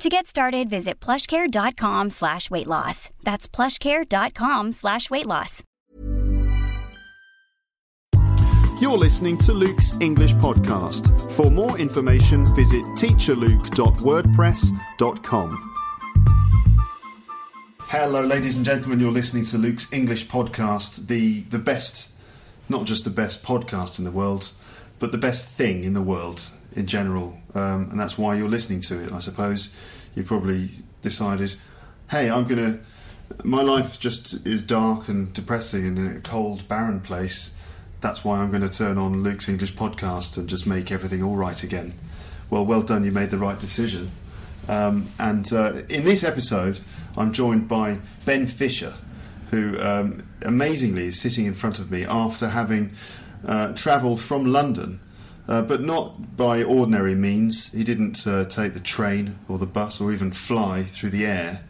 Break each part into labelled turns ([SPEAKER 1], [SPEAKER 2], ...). [SPEAKER 1] To get started, visit plushcare.com slash weight loss. That's plushcare.com slash weight loss.
[SPEAKER 2] You're listening to Luke's English podcast. For more information, visit teacherluke.wordpress.com. Hello, ladies and gentlemen. You're listening to Luke's English podcast, the, the best, not just the best podcast in the world, but the best thing in the world in general, um, and that's why you're listening to it. I suppose you probably decided, hey, I'm gonna. My life just is dark and depressing in a cold, barren place. That's why I'm going to turn on Luke's English podcast and just make everything all right again. Well, well done, you made the right decision. Um, and uh, in this episode, I'm joined by Ben Fisher, who um, amazingly is sitting in front of me after having uh, travelled from London uh, but not by ordinary means. He didn't uh, take the train or the bus or even fly through the air.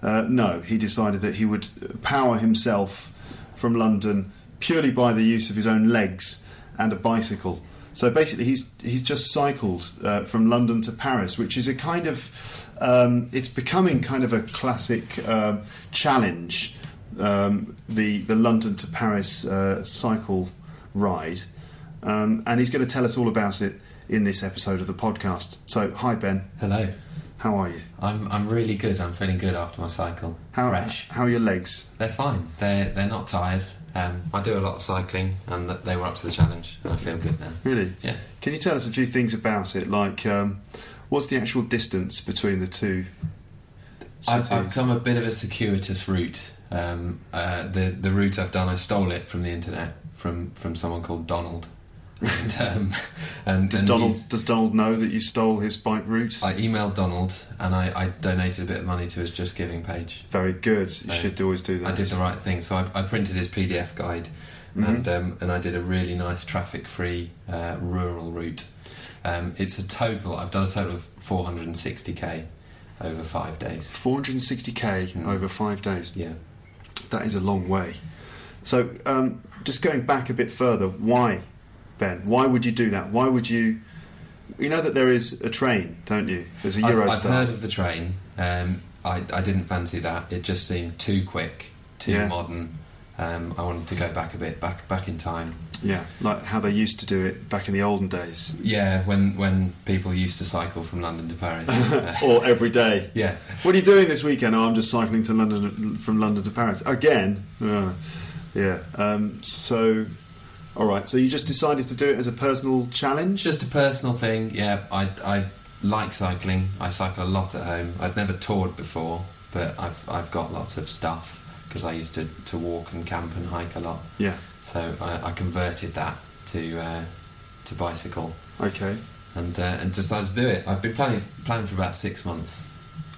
[SPEAKER 2] Uh, no, he decided that he would power himself from London purely by the use of his own legs and a bicycle. So basically, he's he's just cycled uh, from London to Paris, which is a kind of um, it's becoming kind of a classic um, challenge. Um, the the London to Paris uh, cycle ride. Um, and he's going to tell us all about it in this episode of the podcast. So, hi Ben.
[SPEAKER 3] Hello.
[SPEAKER 2] How are you?
[SPEAKER 3] I'm I'm really good. I'm feeling good after my cycle.
[SPEAKER 2] How
[SPEAKER 3] Fresh.
[SPEAKER 2] How are your legs?
[SPEAKER 3] They're fine. They're they're not tired. Um, I do a lot of cycling, and th- they were up to the challenge. And I feel good now.
[SPEAKER 2] Really?
[SPEAKER 3] Yeah.
[SPEAKER 2] Can you tell us a few things about it? Like, um, what's the actual distance between the two?
[SPEAKER 3] I've, I've
[SPEAKER 2] cities?
[SPEAKER 3] come a bit of a circuitous route. Um, uh, the the route I've done, I stole it from the internet from from someone called Donald. And, um, and,
[SPEAKER 2] Does
[SPEAKER 3] and
[SPEAKER 2] Donald
[SPEAKER 3] he's-
[SPEAKER 2] Does Donald know that you stole his bike route?
[SPEAKER 3] I emailed Donald, and I, I donated a bit of money to his Just Giving page.
[SPEAKER 2] Very good. You
[SPEAKER 3] No.
[SPEAKER 2] should always do that.
[SPEAKER 3] I did the right thing. So I, I printed his PDF guide, and um, and I did a really nice traffic-free uh, rural route. Um, it's a total. I've done a total of 460k over five days.
[SPEAKER 2] 460k
[SPEAKER 3] Mm.
[SPEAKER 2] over five days.
[SPEAKER 3] Yeah.
[SPEAKER 2] That is a long way. So, um, just going back a bit further, why, Ben? Why would you do that? Why would you? You know that there is a train, don't you? There's a
[SPEAKER 3] I've,
[SPEAKER 2] Eurostar.
[SPEAKER 3] I've heard of the train. Um, I I didn't fancy that. It just seemed too quick, too
[SPEAKER 2] Yeah.
[SPEAKER 3] modern. Um, I wanted to go back a bit, back back in time.
[SPEAKER 2] Yeah, like how they used to do it back in the olden days,
[SPEAKER 3] Yeah, when when people used to cycle from London to Paris. Uh,
[SPEAKER 2] or every day.
[SPEAKER 3] yeah.
[SPEAKER 2] What are you doing this weekend? Oh, I'm just cycling to London from London to Paris again. Uh, yeah. Um, so, all right. So you just decided to do it as a personal challenge.
[SPEAKER 3] Just a personal thing. Yeah, I, I like cycling. I cycle a lot at home. I'd never toured before, but I've I've got lots of stuff because I used to, to walk and camp and hike a lot.
[SPEAKER 2] yeah.
[SPEAKER 3] So I, I converted that to uh, to bicycle
[SPEAKER 2] Okay.
[SPEAKER 3] and uh, and decided to do it. I've been planning planning for about six months. Uh,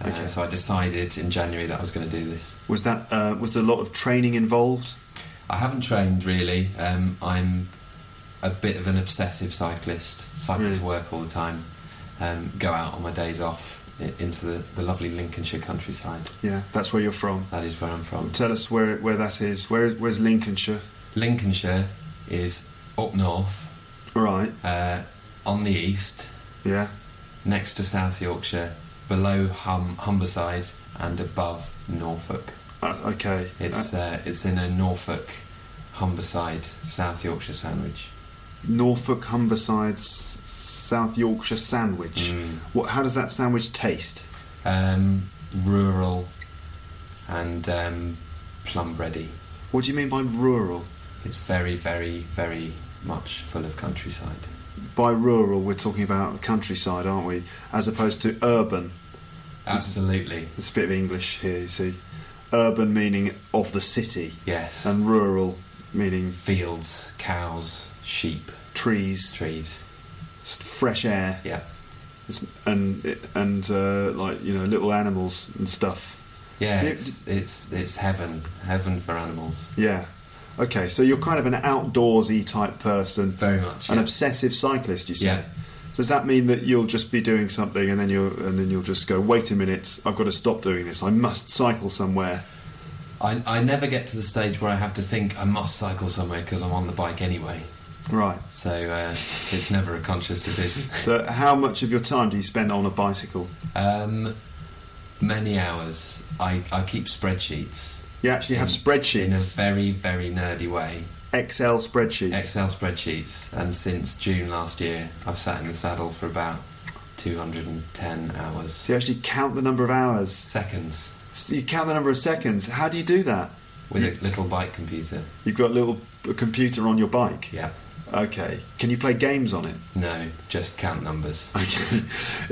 [SPEAKER 2] Okay.
[SPEAKER 3] So I decided in January that I was going to do this.
[SPEAKER 2] Was that uh, was there a lot of training involved?
[SPEAKER 3] I haven't trained really. Um, I'm a bit of an obsessive cyclist. Cycle
[SPEAKER 2] Really?
[SPEAKER 3] to work all the time. Um, go out on my days off i- into the, the lovely Lincolnshire countryside.
[SPEAKER 2] Yeah, that's where you're from.
[SPEAKER 3] That is where I'm from.
[SPEAKER 2] Tell us where where that is. Where where's Lincolnshire?
[SPEAKER 3] Lincolnshire is up north,
[SPEAKER 2] Right.
[SPEAKER 3] uh, on the east,
[SPEAKER 2] Yeah.
[SPEAKER 3] next to South Yorkshire, below hum- Humberside, and above Norfolk.
[SPEAKER 2] Uh, okay.
[SPEAKER 3] It's
[SPEAKER 2] Uh,
[SPEAKER 3] uh, it's in a Norfolk, Humberside, South Yorkshire sandwich.
[SPEAKER 2] Norfolk Humberside, S- South Yorkshire sandwich.
[SPEAKER 3] Mm.
[SPEAKER 2] What? How does that sandwich taste?
[SPEAKER 3] um, rural, and um, plum bready.
[SPEAKER 2] What do you mean by rural?
[SPEAKER 3] It's very, very, very much full of countryside.
[SPEAKER 2] By rural, we're talking about the countryside, aren't we? As opposed to urban.
[SPEAKER 3] Absolutely,
[SPEAKER 2] It's a bit of English here. You see, urban meaning of the city,
[SPEAKER 3] yes.
[SPEAKER 2] and rural meaning
[SPEAKER 3] Fields, cows, sheep,
[SPEAKER 2] trees,
[SPEAKER 3] trees.
[SPEAKER 2] s- fresh air.
[SPEAKER 3] Yeah,
[SPEAKER 2] It's, and and uh, like you know little animals and stuff.
[SPEAKER 3] Yeah,
[SPEAKER 2] Can you-
[SPEAKER 3] it's, it's it's heaven, heaven for animals.
[SPEAKER 2] Yeah. Okay, so you're kind of an outdoorsy type person,
[SPEAKER 3] Very much.
[SPEAKER 2] an
[SPEAKER 3] yeah.
[SPEAKER 2] obsessive cyclist. You say.
[SPEAKER 3] Yeah.
[SPEAKER 2] Does that mean that you'll just be doing something and then you'll and then you'll just go, wait a minute, I've got to stop doing this. I must cycle somewhere.
[SPEAKER 3] I, I never get to the stage where I have to think I must cycle somewhere because I'm on the bike anyway.
[SPEAKER 2] Right.
[SPEAKER 3] So uh, it's never a conscious decision.
[SPEAKER 2] So, how much of your time do you spend on a bicycle?
[SPEAKER 3] Um, many hours. I, I keep spreadsheets
[SPEAKER 2] You actually have
[SPEAKER 3] In- in a
[SPEAKER 2] spreadsheets,
[SPEAKER 3] very very nerdy way.
[SPEAKER 2] Excel spreadsheets.
[SPEAKER 3] Excel spreadsheets, and since June last year, I've sat in the saddle for about 210 hours.
[SPEAKER 2] So you actually count the number of hours.
[SPEAKER 3] Seconds
[SPEAKER 2] So you count the number of seconds. How do you do that?
[SPEAKER 3] with
[SPEAKER 2] Yeah.
[SPEAKER 3] a little bike computer.
[SPEAKER 2] You've got a little a computer on your bike.
[SPEAKER 3] Yeah.
[SPEAKER 2] Okay. Can you play games on it?
[SPEAKER 3] No, just count numbers.
[SPEAKER 2] Okay.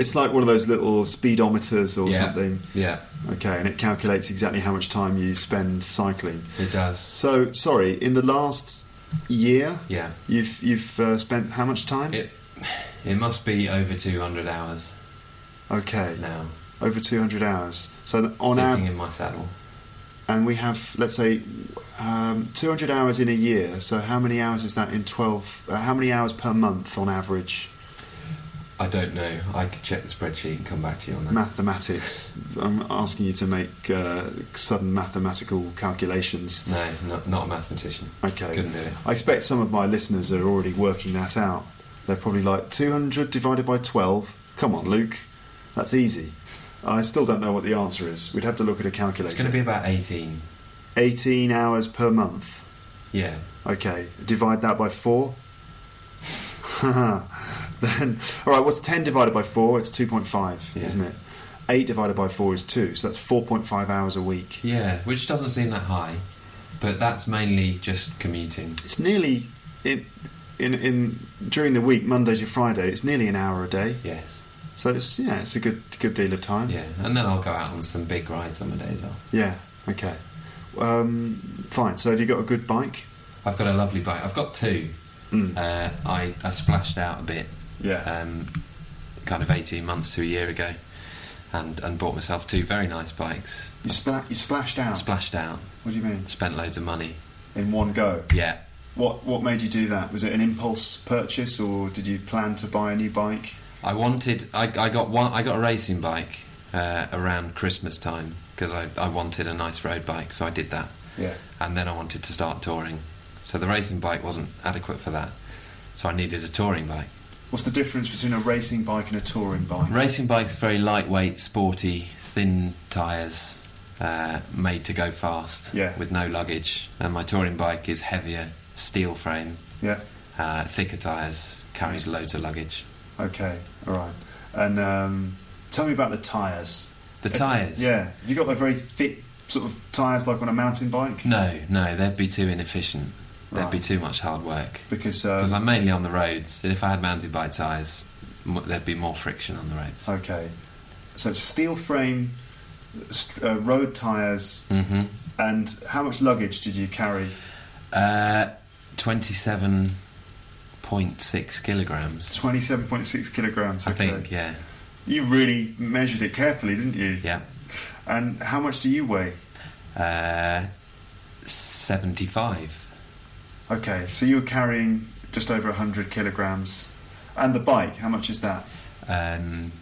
[SPEAKER 2] It's like one of those little speedometers or
[SPEAKER 3] yeah.
[SPEAKER 2] something.
[SPEAKER 3] Yeah,
[SPEAKER 2] Okay, and it calculates exactly how much time you spend cycling.
[SPEAKER 3] it does.
[SPEAKER 2] So, sorry, in the last year,
[SPEAKER 3] Yeah.
[SPEAKER 2] you've you've uh, spent how much time?
[SPEAKER 3] It it must be over 200 hours
[SPEAKER 2] Okay,
[SPEAKER 3] now
[SPEAKER 2] over 200 hours. So on
[SPEAKER 3] sitting
[SPEAKER 2] our
[SPEAKER 3] in my saddle.
[SPEAKER 2] and we have let's say um, 200 hours in a year. So how many hours is that in 12? Uh, how many hours per month on average?
[SPEAKER 3] I don't know. I could check the spreadsheet and come back to you on that.
[SPEAKER 2] Mathematics. I'm asking you to make uh, sudden mathematical calculations.
[SPEAKER 3] No, not, not a mathematician.
[SPEAKER 2] Okay.
[SPEAKER 3] Couldn't do it.
[SPEAKER 2] I expect some of my listeners are already working that out. They're probably like 200 divided by 12. Come on, Luke. That's easy. I still don't know what the answer is. We'd have to look at a calculator.
[SPEAKER 3] It's going to be about 18.
[SPEAKER 2] 18 hours per month.
[SPEAKER 3] Yeah.
[SPEAKER 2] Okay, divide that by 4. then, all right, what's 10 divided by 4? It's 2.5,
[SPEAKER 3] Yeah.
[SPEAKER 2] isn't it? 8 divided by 4 is 2, so that's 4.5 hours a week.
[SPEAKER 3] Yeah, which doesn't seem that high, but that's mainly just commuting.
[SPEAKER 2] It's nearly, in, in, in, during the week, Monday to Friday, it's nearly an hour a day.
[SPEAKER 3] Yes.
[SPEAKER 2] So it's yeah, it's a good good deal of time.
[SPEAKER 3] Yeah, and then I'll go out on some big rides on my days off.
[SPEAKER 2] Yeah, okay. Um, fine. So have you got a good bike?
[SPEAKER 3] I've got a lovely bike. I've got two.
[SPEAKER 2] Mm.
[SPEAKER 3] Uh, I, I splashed out a bit,
[SPEAKER 2] Yeah.
[SPEAKER 3] um, kind of 18 months to a year ago, and, and bought myself two very nice bikes.
[SPEAKER 2] You spla- you splashed out.
[SPEAKER 3] Splashed out,
[SPEAKER 2] what do you mean?
[SPEAKER 3] spent loads of money.
[SPEAKER 2] In one go.
[SPEAKER 3] Yeah,
[SPEAKER 2] What what made you do that? Was it an impulse purchase or did you plan to buy a new bike?
[SPEAKER 3] I wanted. I, I got one. I got a racing bike uh, around Christmas time because I, I wanted a nice road bike, so I did that.
[SPEAKER 2] Yeah.
[SPEAKER 3] and then I wanted to start touring. So the racing bike wasn't adequate for that. So I needed a touring bike.
[SPEAKER 2] What's the difference between a racing bike and a touring bike?
[SPEAKER 3] Racing bike's very lightweight, sporty, thin tyres, uh, made to go fast
[SPEAKER 2] Yeah.
[SPEAKER 3] with no luggage. And my touring bike is heavier, steel frame,
[SPEAKER 2] yeah.
[SPEAKER 3] uh, thicker tyres, carries loads of luggage.
[SPEAKER 2] Okay. All right. And um, tell me about the tires.
[SPEAKER 3] The tyres?
[SPEAKER 2] Uh, Yeah. You got like very thick sort of tires like on a mountain bike?
[SPEAKER 3] No, no, they'd be too inefficient. There'd
[SPEAKER 2] Right.
[SPEAKER 3] be too much hard work.
[SPEAKER 2] Because
[SPEAKER 3] Because
[SPEAKER 2] um,
[SPEAKER 3] I'm mainly on the roads. If I had mountain bike tyres, m- there'd be more friction on the roads.
[SPEAKER 2] Okay. So it's steel frame, st- uh, road tyres,
[SPEAKER 3] hmm
[SPEAKER 2] and how much luggage did you carry?
[SPEAKER 3] Uh, 27.6 kilograms.
[SPEAKER 2] 27.6 kilograms,
[SPEAKER 3] I
[SPEAKER 2] okay.
[SPEAKER 3] think, yeah.
[SPEAKER 2] You really measured it carefully, didn't you?
[SPEAKER 3] Yeah.
[SPEAKER 2] And how much do you weigh?
[SPEAKER 3] Uh, 75.
[SPEAKER 2] Okay, so you were carrying just over 100 kilograms. And the bike, how much is that?
[SPEAKER 3] Um,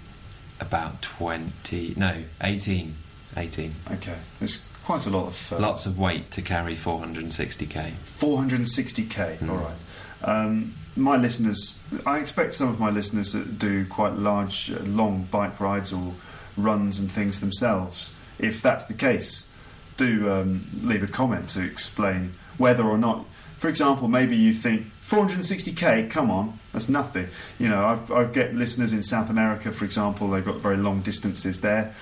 [SPEAKER 3] about 20. No, 18. 18.
[SPEAKER 2] Okay, there's quite a lot of. Uh,
[SPEAKER 3] Lots of weight to carry 460k.
[SPEAKER 2] 460k.
[SPEAKER 3] Mm.
[SPEAKER 2] All right. Um, my listeners, I expect some of my listeners that do quite large, uh, long bike rides or runs and things themselves. If that's the case, do um, leave a comment to explain whether or not. For example, maybe you think 460k. Come on, that's nothing. You know, I, I get listeners in South America, for example. They've got very long distances there.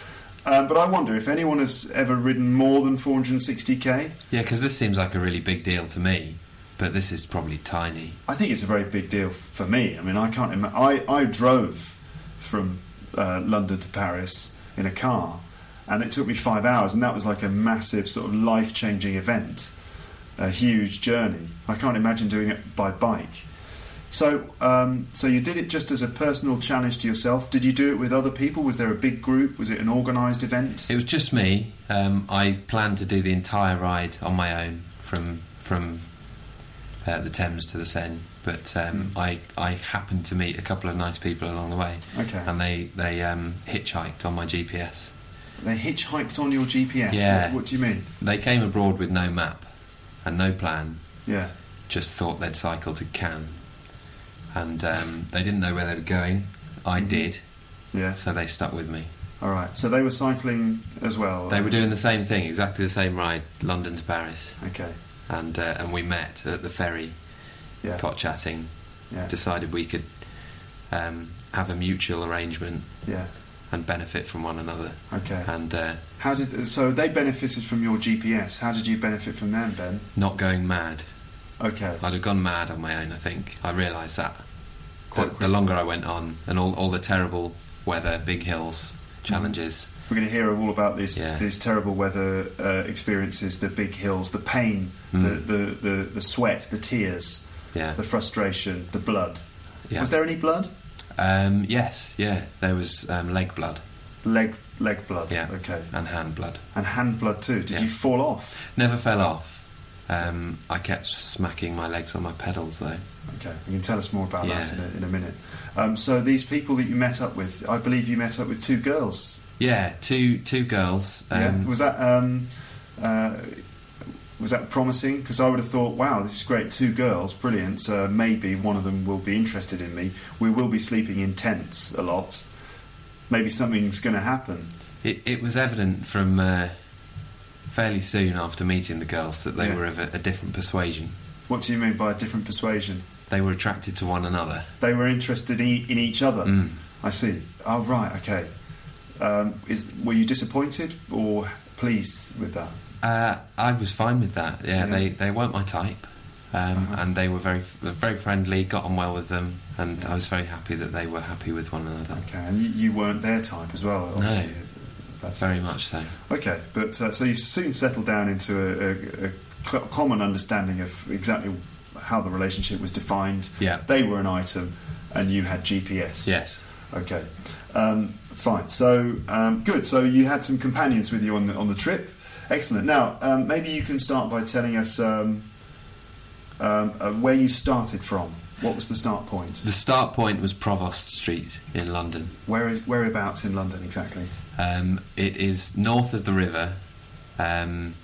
[SPEAKER 2] Um, but I wonder if anyone has ever ridden more than 460k.
[SPEAKER 3] Yeah, because this seems like a really big deal to me, but this is probably tiny.
[SPEAKER 2] I think it's a very big deal f- for me. I mean, I can't imagine. I, I drove from uh, London to Paris in a car, and it took me five hours, and that was like a massive sort of life changing event, a huge journey. I can't imagine doing it by bike. So, um, so you did it just as a personal challenge to yourself. Did you do it with other people? Was there a big group? Was it an organised event?
[SPEAKER 3] It was just me. Um, I planned to do the entire ride on my own from from uh, the Thames to the Seine, but um, I I happened to meet a couple of nice people along the way,
[SPEAKER 2] Okay.
[SPEAKER 3] and they they um, hitchhiked on my GPS.
[SPEAKER 2] They hitchhiked on your GPS.
[SPEAKER 3] Yeah.
[SPEAKER 2] What, what do you mean?
[SPEAKER 3] They came abroad with no map and no plan,
[SPEAKER 2] Yeah.
[SPEAKER 3] just thought they'd cycle to Cannes, and um, they didn't know where they were going. I did,
[SPEAKER 2] Yeah.
[SPEAKER 3] so they stuck with me.
[SPEAKER 2] All right. So they were cycling as well.
[SPEAKER 3] They were doing the same thing, exactly the same ride, London to Paris,
[SPEAKER 2] Okay.
[SPEAKER 3] and uh, and we met at the ferry,
[SPEAKER 2] Yeah.
[SPEAKER 3] got chatting,
[SPEAKER 2] Yeah.
[SPEAKER 3] decided we could um, have a mutual arrangement
[SPEAKER 2] Yeah.
[SPEAKER 3] and benefit from one another.
[SPEAKER 2] Okay.
[SPEAKER 3] And uh,
[SPEAKER 2] How did so they benefited from your GPS? How did you benefit from them, Ben?
[SPEAKER 3] not going mad.
[SPEAKER 2] Okay.
[SPEAKER 3] I'd have gone mad on my own, I think. I realised that. The,
[SPEAKER 2] Quite
[SPEAKER 3] the longer I went on, and all, all the terrible weather, big hills, challenges.
[SPEAKER 2] We're going to hear all about these
[SPEAKER 3] Yeah.
[SPEAKER 2] these terrible weather uh, experiences, the big hills, the pain, the, the, the, the sweat, the tears,
[SPEAKER 3] Hmm. Mm, Yeah.
[SPEAKER 2] the frustration, the blood.
[SPEAKER 3] Yeah.
[SPEAKER 2] Was there any blood?
[SPEAKER 3] Um, yes, yeah. There was um, leg blood.
[SPEAKER 2] Leg leg blood.
[SPEAKER 3] Yeah.
[SPEAKER 2] Okay.
[SPEAKER 3] And hand blood.
[SPEAKER 2] And hand blood too. Did
[SPEAKER 3] Yeah.
[SPEAKER 2] you fall off?
[SPEAKER 3] Never fell off. Um, I kept smacking my legs on my pedals, though.
[SPEAKER 2] Okay. You can tell us more about that
[SPEAKER 3] Yeah.
[SPEAKER 2] in a, in a minute. Um, so these people that you met up with, I believe you met up with two girls.
[SPEAKER 3] Yeah, two two girls.
[SPEAKER 2] yeah.
[SPEAKER 3] Um,
[SPEAKER 2] Was that um, uh, was that promising? Because I would have thought, wow, this is great. Two girls, brilliant. So maybe one of them will be interested in me. We will be sleeping in tents a lot. Maybe something's going to happen.
[SPEAKER 3] It, it was evident from uh, fairly soon after meeting the girls that they
[SPEAKER 2] Yeah.
[SPEAKER 3] were of a, a different persuasion.
[SPEAKER 2] What do you mean by a different persuasion?
[SPEAKER 3] They were attracted to one another.
[SPEAKER 2] They were interested in, in each other.
[SPEAKER 3] Mm.
[SPEAKER 2] I see. Oh right, okay. Um, is were you disappointed or pleased with that?
[SPEAKER 3] Uh, I was fine with that.
[SPEAKER 2] Yeah.
[SPEAKER 3] Yeah, they they weren't my type, um,
[SPEAKER 2] Uh-huh.
[SPEAKER 3] and they were very very friendly. Got on well with them, and
[SPEAKER 2] Yeah.
[SPEAKER 3] I was very happy that they were happy with one another.
[SPEAKER 2] Okay, and you, you weren't their type as well.
[SPEAKER 3] No.
[SPEAKER 2] Obviously. That's
[SPEAKER 3] Very much so.
[SPEAKER 2] Okay, but uh, so you soon settled down into a, a, a cl- common understanding of exactly how the relationship was defined.
[SPEAKER 3] Yeah.
[SPEAKER 2] They were an item, and you had GPS.
[SPEAKER 3] Yes.
[SPEAKER 2] Okay. Um, fine. So um, good. So you had some companions with you on the on the trip. Excellent. Now um, maybe you can start by telling us um, um, uh, where you started from. What was the start point?
[SPEAKER 3] The start point was Provost Street in London.
[SPEAKER 2] Where is whereabouts in London exactly?
[SPEAKER 3] Um, it is north of the river, um,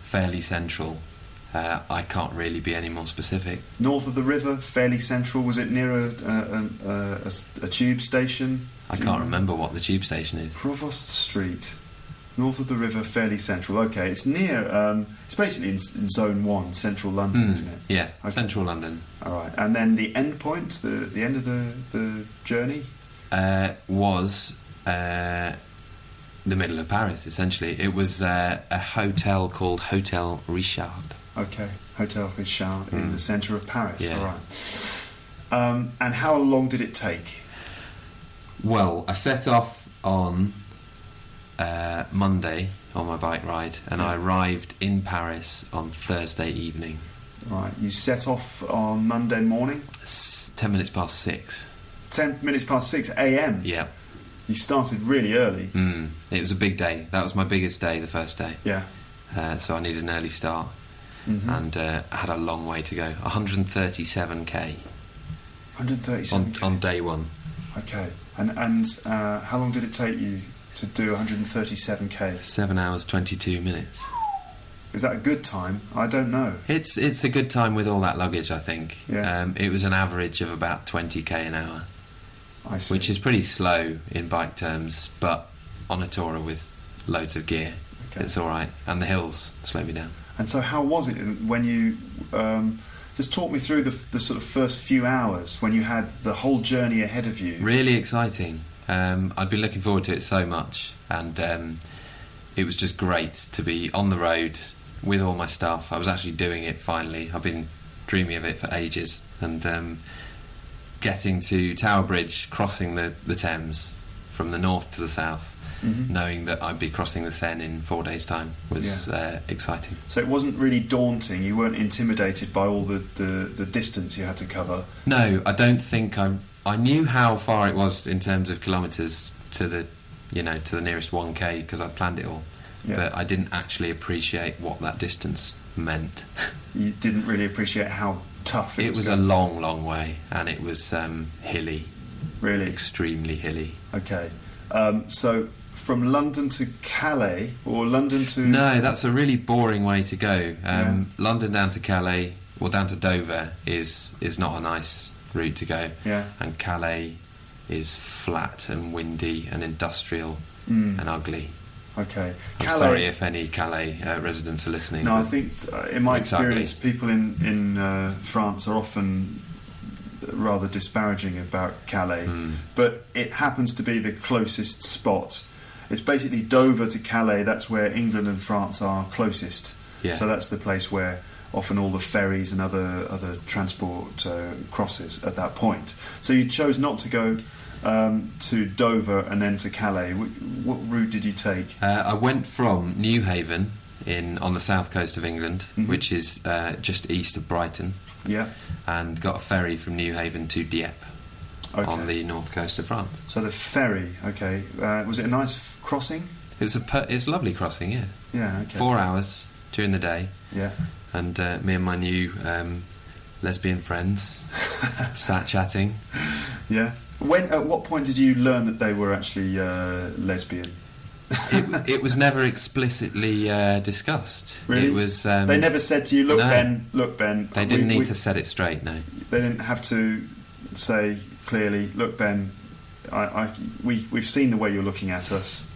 [SPEAKER 3] fairly central. Uh, I can't really be any more specific.
[SPEAKER 2] North of the river, fairly central. Was it near a, a, a, a- a s- a tube station?
[SPEAKER 3] I can't remember what the tube station is.
[SPEAKER 2] Provost Street, north of the river, fairly central. Okay, it's near. Um, it's basically in, in Zone One, Central London,
[SPEAKER 3] Mm,
[SPEAKER 2] isn't it?
[SPEAKER 3] Yeah,
[SPEAKER 2] Okay.
[SPEAKER 3] central London.
[SPEAKER 2] All right, and then the end point, the the end of the the journey.
[SPEAKER 3] Uh, was uh, the middle of Paris, essentially. It was uh, a hotel called Hotel Richard.
[SPEAKER 2] Okay, Hotel Fichard in
[SPEAKER 3] Mm.
[SPEAKER 2] the centre of Paris.
[SPEAKER 3] Yeah.
[SPEAKER 2] All right. Um, and how long did it take?
[SPEAKER 3] Well, I set off on uh, Monday on my bike ride, and I arrived in Paris on Thursday evening,
[SPEAKER 2] All Right, you set off on Monday morning,
[SPEAKER 3] s- ten minutes past six.
[SPEAKER 2] ten minutes past six a.m.
[SPEAKER 3] Yeah,
[SPEAKER 2] You started really early.
[SPEAKER 3] mm. it was a big day. That was my biggest day, the first day.
[SPEAKER 2] Yeah.
[SPEAKER 3] Uh, so I needed an early start,
[SPEAKER 2] Mhm.
[SPEAKER 3] and uh, I had a long way to go. 137k on,
[SPEAKER 2] 137.
[SPEAKER 3] on day one.
[SPEAKER 2] okay. And and uh, how long did it take you to do 137k?
[SPEAKER 3] Seven hours, 22 minutes.
[SPEAKER 2] Is that a good time? I don't know.
[SPEAKER 3] It's it's a good time with all that luggage, I think.
[SPEAKER 2] Yeah.
[SPEAKER 3] Um, it was an average of about 20k an hour,
[SPEAKER 2] I see.
[SPEAKER 3] which is pretty slow in bike terms, but on a tourer with loads of gear,
[SPEAKER 2] okay.
[SPEAKER 3] it's all right. And the hills slow me down.
[SPEAKER 2] And so, how was it when you um, just talk me through the, the sort of first few hours when you had the whole journey ahead of you?
[SPEAKER 3] Really exciting. Um, I'd been looking forward to it so much, and um, it was just great to be on the road with all my stuff. I was actually doing it finally. I've been dreaming of it for ages, and um, getting to Tower Bridge, crossing the, the Thames from the north to the south, knowing that I'd be crossing the Seine in four days' time was
[SPEAKER 2] Yeah.
[SPEAKER 3] uh, exciting.
[SPEAKER 2] So it wasn't really daunting. You weren't intimidated by all the, the, the distance you had to cover.
[SPEAKER 3] No, I don't think I. I knew how far it was in terms of kilometres to the, you know, to the nearest 1k because I planned it all,
[SPEAKER 2] Yeah.
[SPEAKER 3] but I didn't actually appreciate what that distance meant.
[SPEAKER 2] You didn't really appreciate how tough it,
[SPEAKER 3] It was a
[SPEAKER 2] going to-
[SPEAKER 3] long, long way, and it was um, hilly,
[SPEAKER 2] really
[SPEAKER 3] extremely hilly.
[SPEAKER 2] okay. Um, so from London to Calais or London to
[SPEAKER 3] No, that's a really boring way to go. Um, London down to Calais, or down to Dover, is is not a nice route to go.
[SPEAKER 2] yeah
[SPEAKER 3] And Calais is flat and windy and industrial
[SPEAKER 2] Mm.
[SPEAKER 3] and ugly.
[SPEAKER 2] okay
[SPEAKER 3] I'm sorry if any Calais uh, residents are listening.
[SPEAKER 2] No, I
[SPEAKER 3] but
[SPEAKER 2] think uh, in my
[SPEAKER 3] Exactly.
[SPEAKER 2] experience, people in in uh, France are often rather disparaging about Calais,
[SPEAKER 3] Hmm. mm,
[SPEAKER 2] but it happens to be the closest spot. It's basically Dover to Calais. That's where England and France are closest.
[SPEAKER 3] yeah.
[SPEAKER 2] So that's the place where often all the ferries and other other transport uh, crosses at that point. So you chose not to go um, to Dover and then to Calais. Wh- what route did you take?
[SPEAKER 3] Uh, I went from Newhaven in on the south coast of England,
[SPEAKER 2] Mhm.
[SPEAKER 3] which is uh, just east of Brighton,
[SPEAKER 2] Yeah.
[SPEAKER 3] and got a ferry from Newhaven to Dieppe
[SPEAKER 2] Okay.
[SPEAKER 3] on the north coast of France.
[SPEAKER 2] So the ferry, okay. Uh, was it a nice f- crossing?
[SPEAKER 3] It was a per- it was a lovely crossing, yeah.
[SPEAKER 2] Yeah, okay.
[SPEAKER 3] Four hours during the day,
[SPEAKER 2] Yeah.
[SPEAKER 3] and uh, me and my new um, lesbian friends sat chatting.
[SPEAKER 2] Yeah. When at what point did you learn that they were actually uh, lesbian?
[SPEAKER 3] It, it was never explicitly uh, discussed.
[SPEAKER 2] Really?
[SPEAKER 3] It was. Um,
[SPEAKER 2] they never said to you, "Look,
[SPEAKER 3] no.
[SPEAKER 2] Ben, look, Ben."
[SPEAKER 3] They
[SPEAKER 2] uh,
[SPEAKER 3] didn't
[SPEAKER 2] we-
[SPEAKER 3] need
[SPEAKER 2] we-
[SPEAKER 3] to set it straight. No.
[SPEAKER 2] They didn't have to say clearly, "Look, Ben, I, I, we, we've seen the way you're looking at us,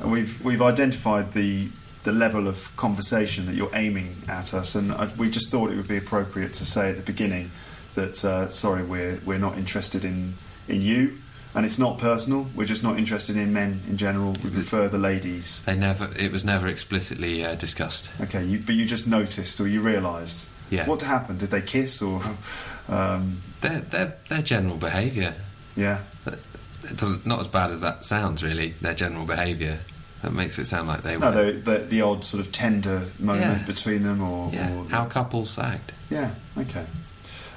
[SPEAKER 2] and we've we've identified the the level of conversation that you're aiming at us, and I, we just thought it would be appropriate to say at the beginning that uh, sorry, we're we're not interested in in you." And it's not personal. We're just not interested in men in general. We prefer the ladies.
[SPEAKER 3] They never. It was never explicitly uh, discussed.
[SPEAKER 2] Okay, you, but you just noticed or you realised
[SPEAKER 3] Yeah.
[SPEAKER 2] what happened. Did they kiss or? Um,
[SPEAKER 3] Their their their general behaviour.
[SPEAKER 2] yeah.
[SPEAKER 3] It doesn't. Not as bad as that sounds. Really, their general behaviour. That makes it sound like they
[SPEAKER 2] No,
[SPEAKER 3] were.
[SPEAKER 2] the, the, the odd sort of tender moment
[SPEAKER 3] Yeah.
[SPEAKER 2] between them, or,
[SPEAKER 3] yeah.
[SPEAKER 2] or
[SPEAKER 3] How couples sagged.
[SPEAKER 2] Yeah, okay.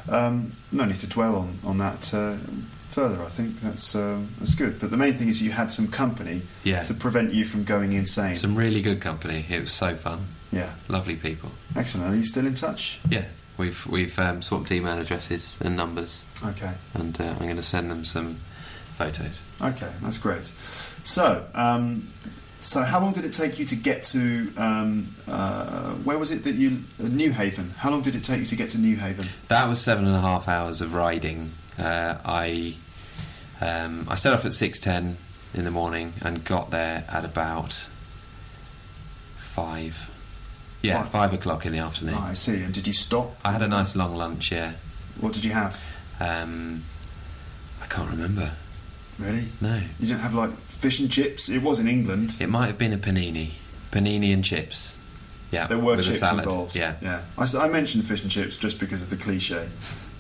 [SPEAKER 2] Um, no need to dwell on on that uh, further. I think that's um, that's good. But the main thing is you had some company
[SPEAKER 3] Yeah.
[SPEAKER 2] to prevent you from going insane.
[SPEAKER 3] Some really good company. It was so fun.
[SPEAKER 2] yeah,
[SPEAKER 3] Lovely people.
[SPEAKER 2] excellent. Are you still in touch?
[SPEAKER 3] Yeah. We've we've um, swapped email addresses and numbers,
[SPEAKER 2] Okay,
[SPEAKER 3] and uh, I'm going to send them some photos.
[SPEAKER 2] okay, that's great. So. Um, so, how long did it take you to get to um, uh, where was it that you uh, New Haven? How long did it take you to get to New Haven?
[SPEAKER 3] That was seven and a half hours of riding. Uh, I um, I set off at six ten in the morning and got there at about five. Yeah,
[SPEAKER 2] Five.
[SPEAKER 3] five, o'clock in the afternoon.
[SPEAKER 2] Oh, I see. And did you stop?
[SPEAKER 3] I had a nice long lunch. Yeah,
[SPEAKER 2] What did you have?
[SPEAKER 3] um, I can't remember.
[SPEAKER 2] Really?
[SPEAKER 3] No,
[SPEAKER 2] You didn't have like fish and chips. It was in England.
[SPEAKER 3] it might have been a panini, panini and chips. Yeah,
[SPEAKER 2] There were
[SPEAKER 3] with a
[SPEAKER 2] chips
[SPEAKER 3] salad.
[SPEAKER 2] involved.
[SPEAKER 3] Yeah,
[SPEAKER 2] yeah. I, s- I mentioned fish and chips just because of the cliche,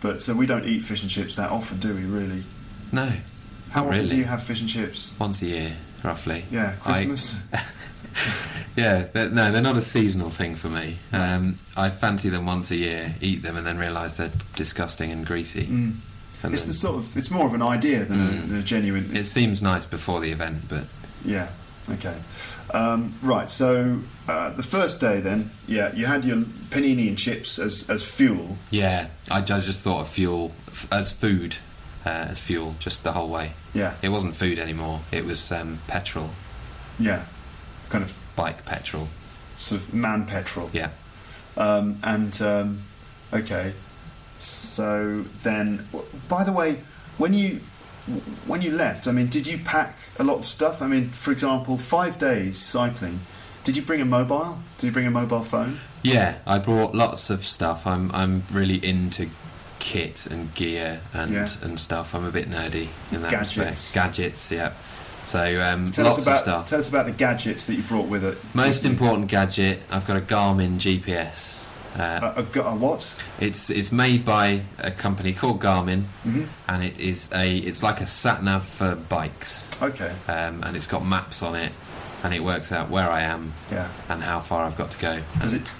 [SPEAKER 2] but so we don't eat fish and chips that often, do we? Really?
[SPEAKER 3] no,
[SPEAKER 2] How
[SPEAKER 3] Not
[SPEAKER 2] often do
[SPEAKER 3] really.
[SPEAKER 2] you have fish and chips?
[SPEAKER 3] once a year roughly.
[SPEAKER 2] Yeah, Christmas.
[SPEAKER 3] Yeah, they're, no, they're not a seasonal thing for me. Um, I fancy them once a year, eat them, and then realise they're disgusting and greasy.
[SPEAKER 2] Mm.
[SPEAKER 3] And
[SPEAKER 2] It's
[SPEAKER 3] then-
[SPEAKER 2] the sort of. It's more of an idea than, a,
[SPEAKER 3] Mm.
[SPEAKER 2] than a genuine.
[SPEAKER 3] it seems nice before the event, but
[SPEAKER 2] Yeah. Okay. Um, right. So uh, the first day, then, yeah, you had your panini and chips as as fuel.
[SPEAKER 3] yeah, I, ju- I just thought of fuel f- as food, uh, as fuel, just the whole way.
[SPEAKER 2] Yeah.
[SPEAKER 3] It wasn't food anymore; it was um, petrol,
[SPEAKER 2] Yeah. Kind of
[SPEAKER 3] bike petrol.
[SPEAKER 2] sort of man petrol.
[SPEAKER 3] Yeah,
[SPEAKER 2] Um, and um, okay, so then, w- by the way, when you when you left, I mean, did you pack a lot of stuff? I mean, for example, five days cycling. Did you bring a mobile? Did you bring a mobile phone?
[SPEAKER 3] yeah. I brought lots of stuff. I'm I'm really into kit and gear and
[SPEAKER 2] Yeah.
[SPEAKER 3] and stuff. I'm a bit nerdy in that
[SPEAKER 2] Gadgets.
[SPEAKER 3] respect. Gadgets, yeah. So um,
[SPEAKER 2] Tell
[SPEAKER 3] lots
[SPEAKER 2] us about
[SPEAKER 3] of stuff.
[SPEAKER 2] tell us about the gadgets that you brought with it.
[SPEAKER 3] Most important gadget, I've got a Garmin GPS. Uh,
[SPEAKER 2] A, a, gu- a what?
[SPEAKER 3] It's it's made by a company called Garmin,
[SPEAKER 2] Mhm.
[SPEAKER 3] and it is a it's like a sat nav for bikes,
[SPEAKER 2] Okay.
[SPEAKER 3] um, and it's got maps on it, and it works out where I am
[SPEAKER 2] Yeah.
[SPEAKER 3] and how far I've got to go.
[SPEAKER 2] Does it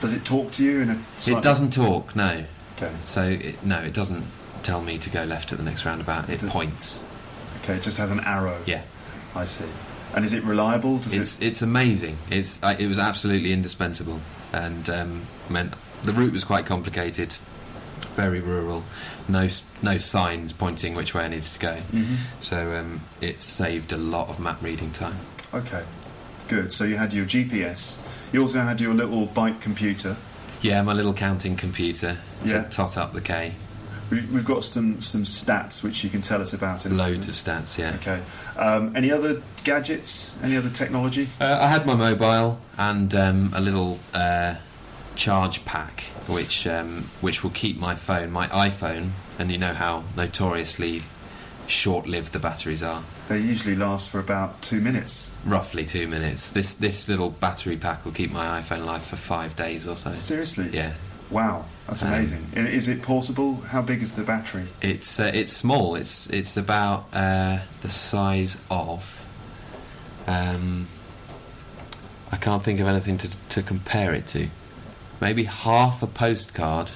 [SPEAKER 2] does it talk to you in a?
[SPEAKER 3] It doesn't talk, no.
[SPEAKER 2] Okay.
[SPEAKER 3] So it, no, it doesn't tell me to go left at the next roundabout. It
[SPEAKER 2] Does-
[SPEAKER 3] points.
[SPEAKER 2] Okay. It just has an arrow.
[SPEAKER 3] Yeah,
[SPEAKER 2] I see. And is it reliable? Does
[SPEAKER 3] it's it's amazing. It's I it was absolutely indispensable, and um, meant the route was quite complicated, very rural, no s- no signs pointing which way I needed to go.
[SPEAKER 2] it? Mhm.
[SPEAKER 3] So um, it saved a lot of map reading time.
[SPEAKER 2] Okay. Good. So you had your GPS. You also had your little bike computer.
[SPEAKER 3] Yeah, my little counting computer to
[SPEAKER 2] Yeah.
[SPEAKER 3] tot up the K.
[SPEAKER 2] We- We've got some some stats which you can tell us about. In a
[SPEAKER 3] Loads of stats. Yeah.
[SPEAKER 2] Okay. Um, any other gadgets? Any other technology?
[SPEAKER 3] Uh, I had my mobile and um, a little uh, charge pack, which um, which will keep my phone, my iPhone, and you know how notoriously short-lived the batteries are.
[SPEAKER 2] They usually last for about two minutes.
[SPEAKER 3] Roughly two minutes. This this little battery pack will keep my iPhone alive for five days or so.
[SPEAKER 2] Seriously?
[SPEAKER 3] Yeah,
[SPEAKER 2] Wow, that's
[SPEAKER 3] Um,
[SPEAKER 2] amazing. I- Is it portable? How big is the battery?
[SPEAKER 3] it's uh, it's small. It's it's about uh, the size of. Um, I can't think of anything to to compare it to. Maybe half a postcard,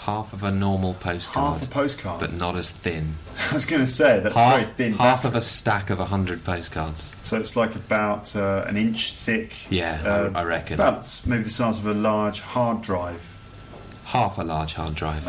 [SPEAKER 3] half of a normal postcard,
[SPEAKER 2] Half a postcard.
[SPEAKER 3] but not as thin.
[SPEAKER 2] I was going to say that's
[SPEAKER 3] half
[SPEAKER 2] very thin.
[SPEAKER 3] half of a stack of hundred postcards.
[SPEAKER 2] so it's like about uh, an inch thick.
[SPEAKER 3] Yeah,
[SPEAKER 2] Uh,
[SPEAKER 3] I, I reckon
[SPEAKER 2] About maybe the size of a large hard drive.
[SPEAKER 3] half a large hard drive.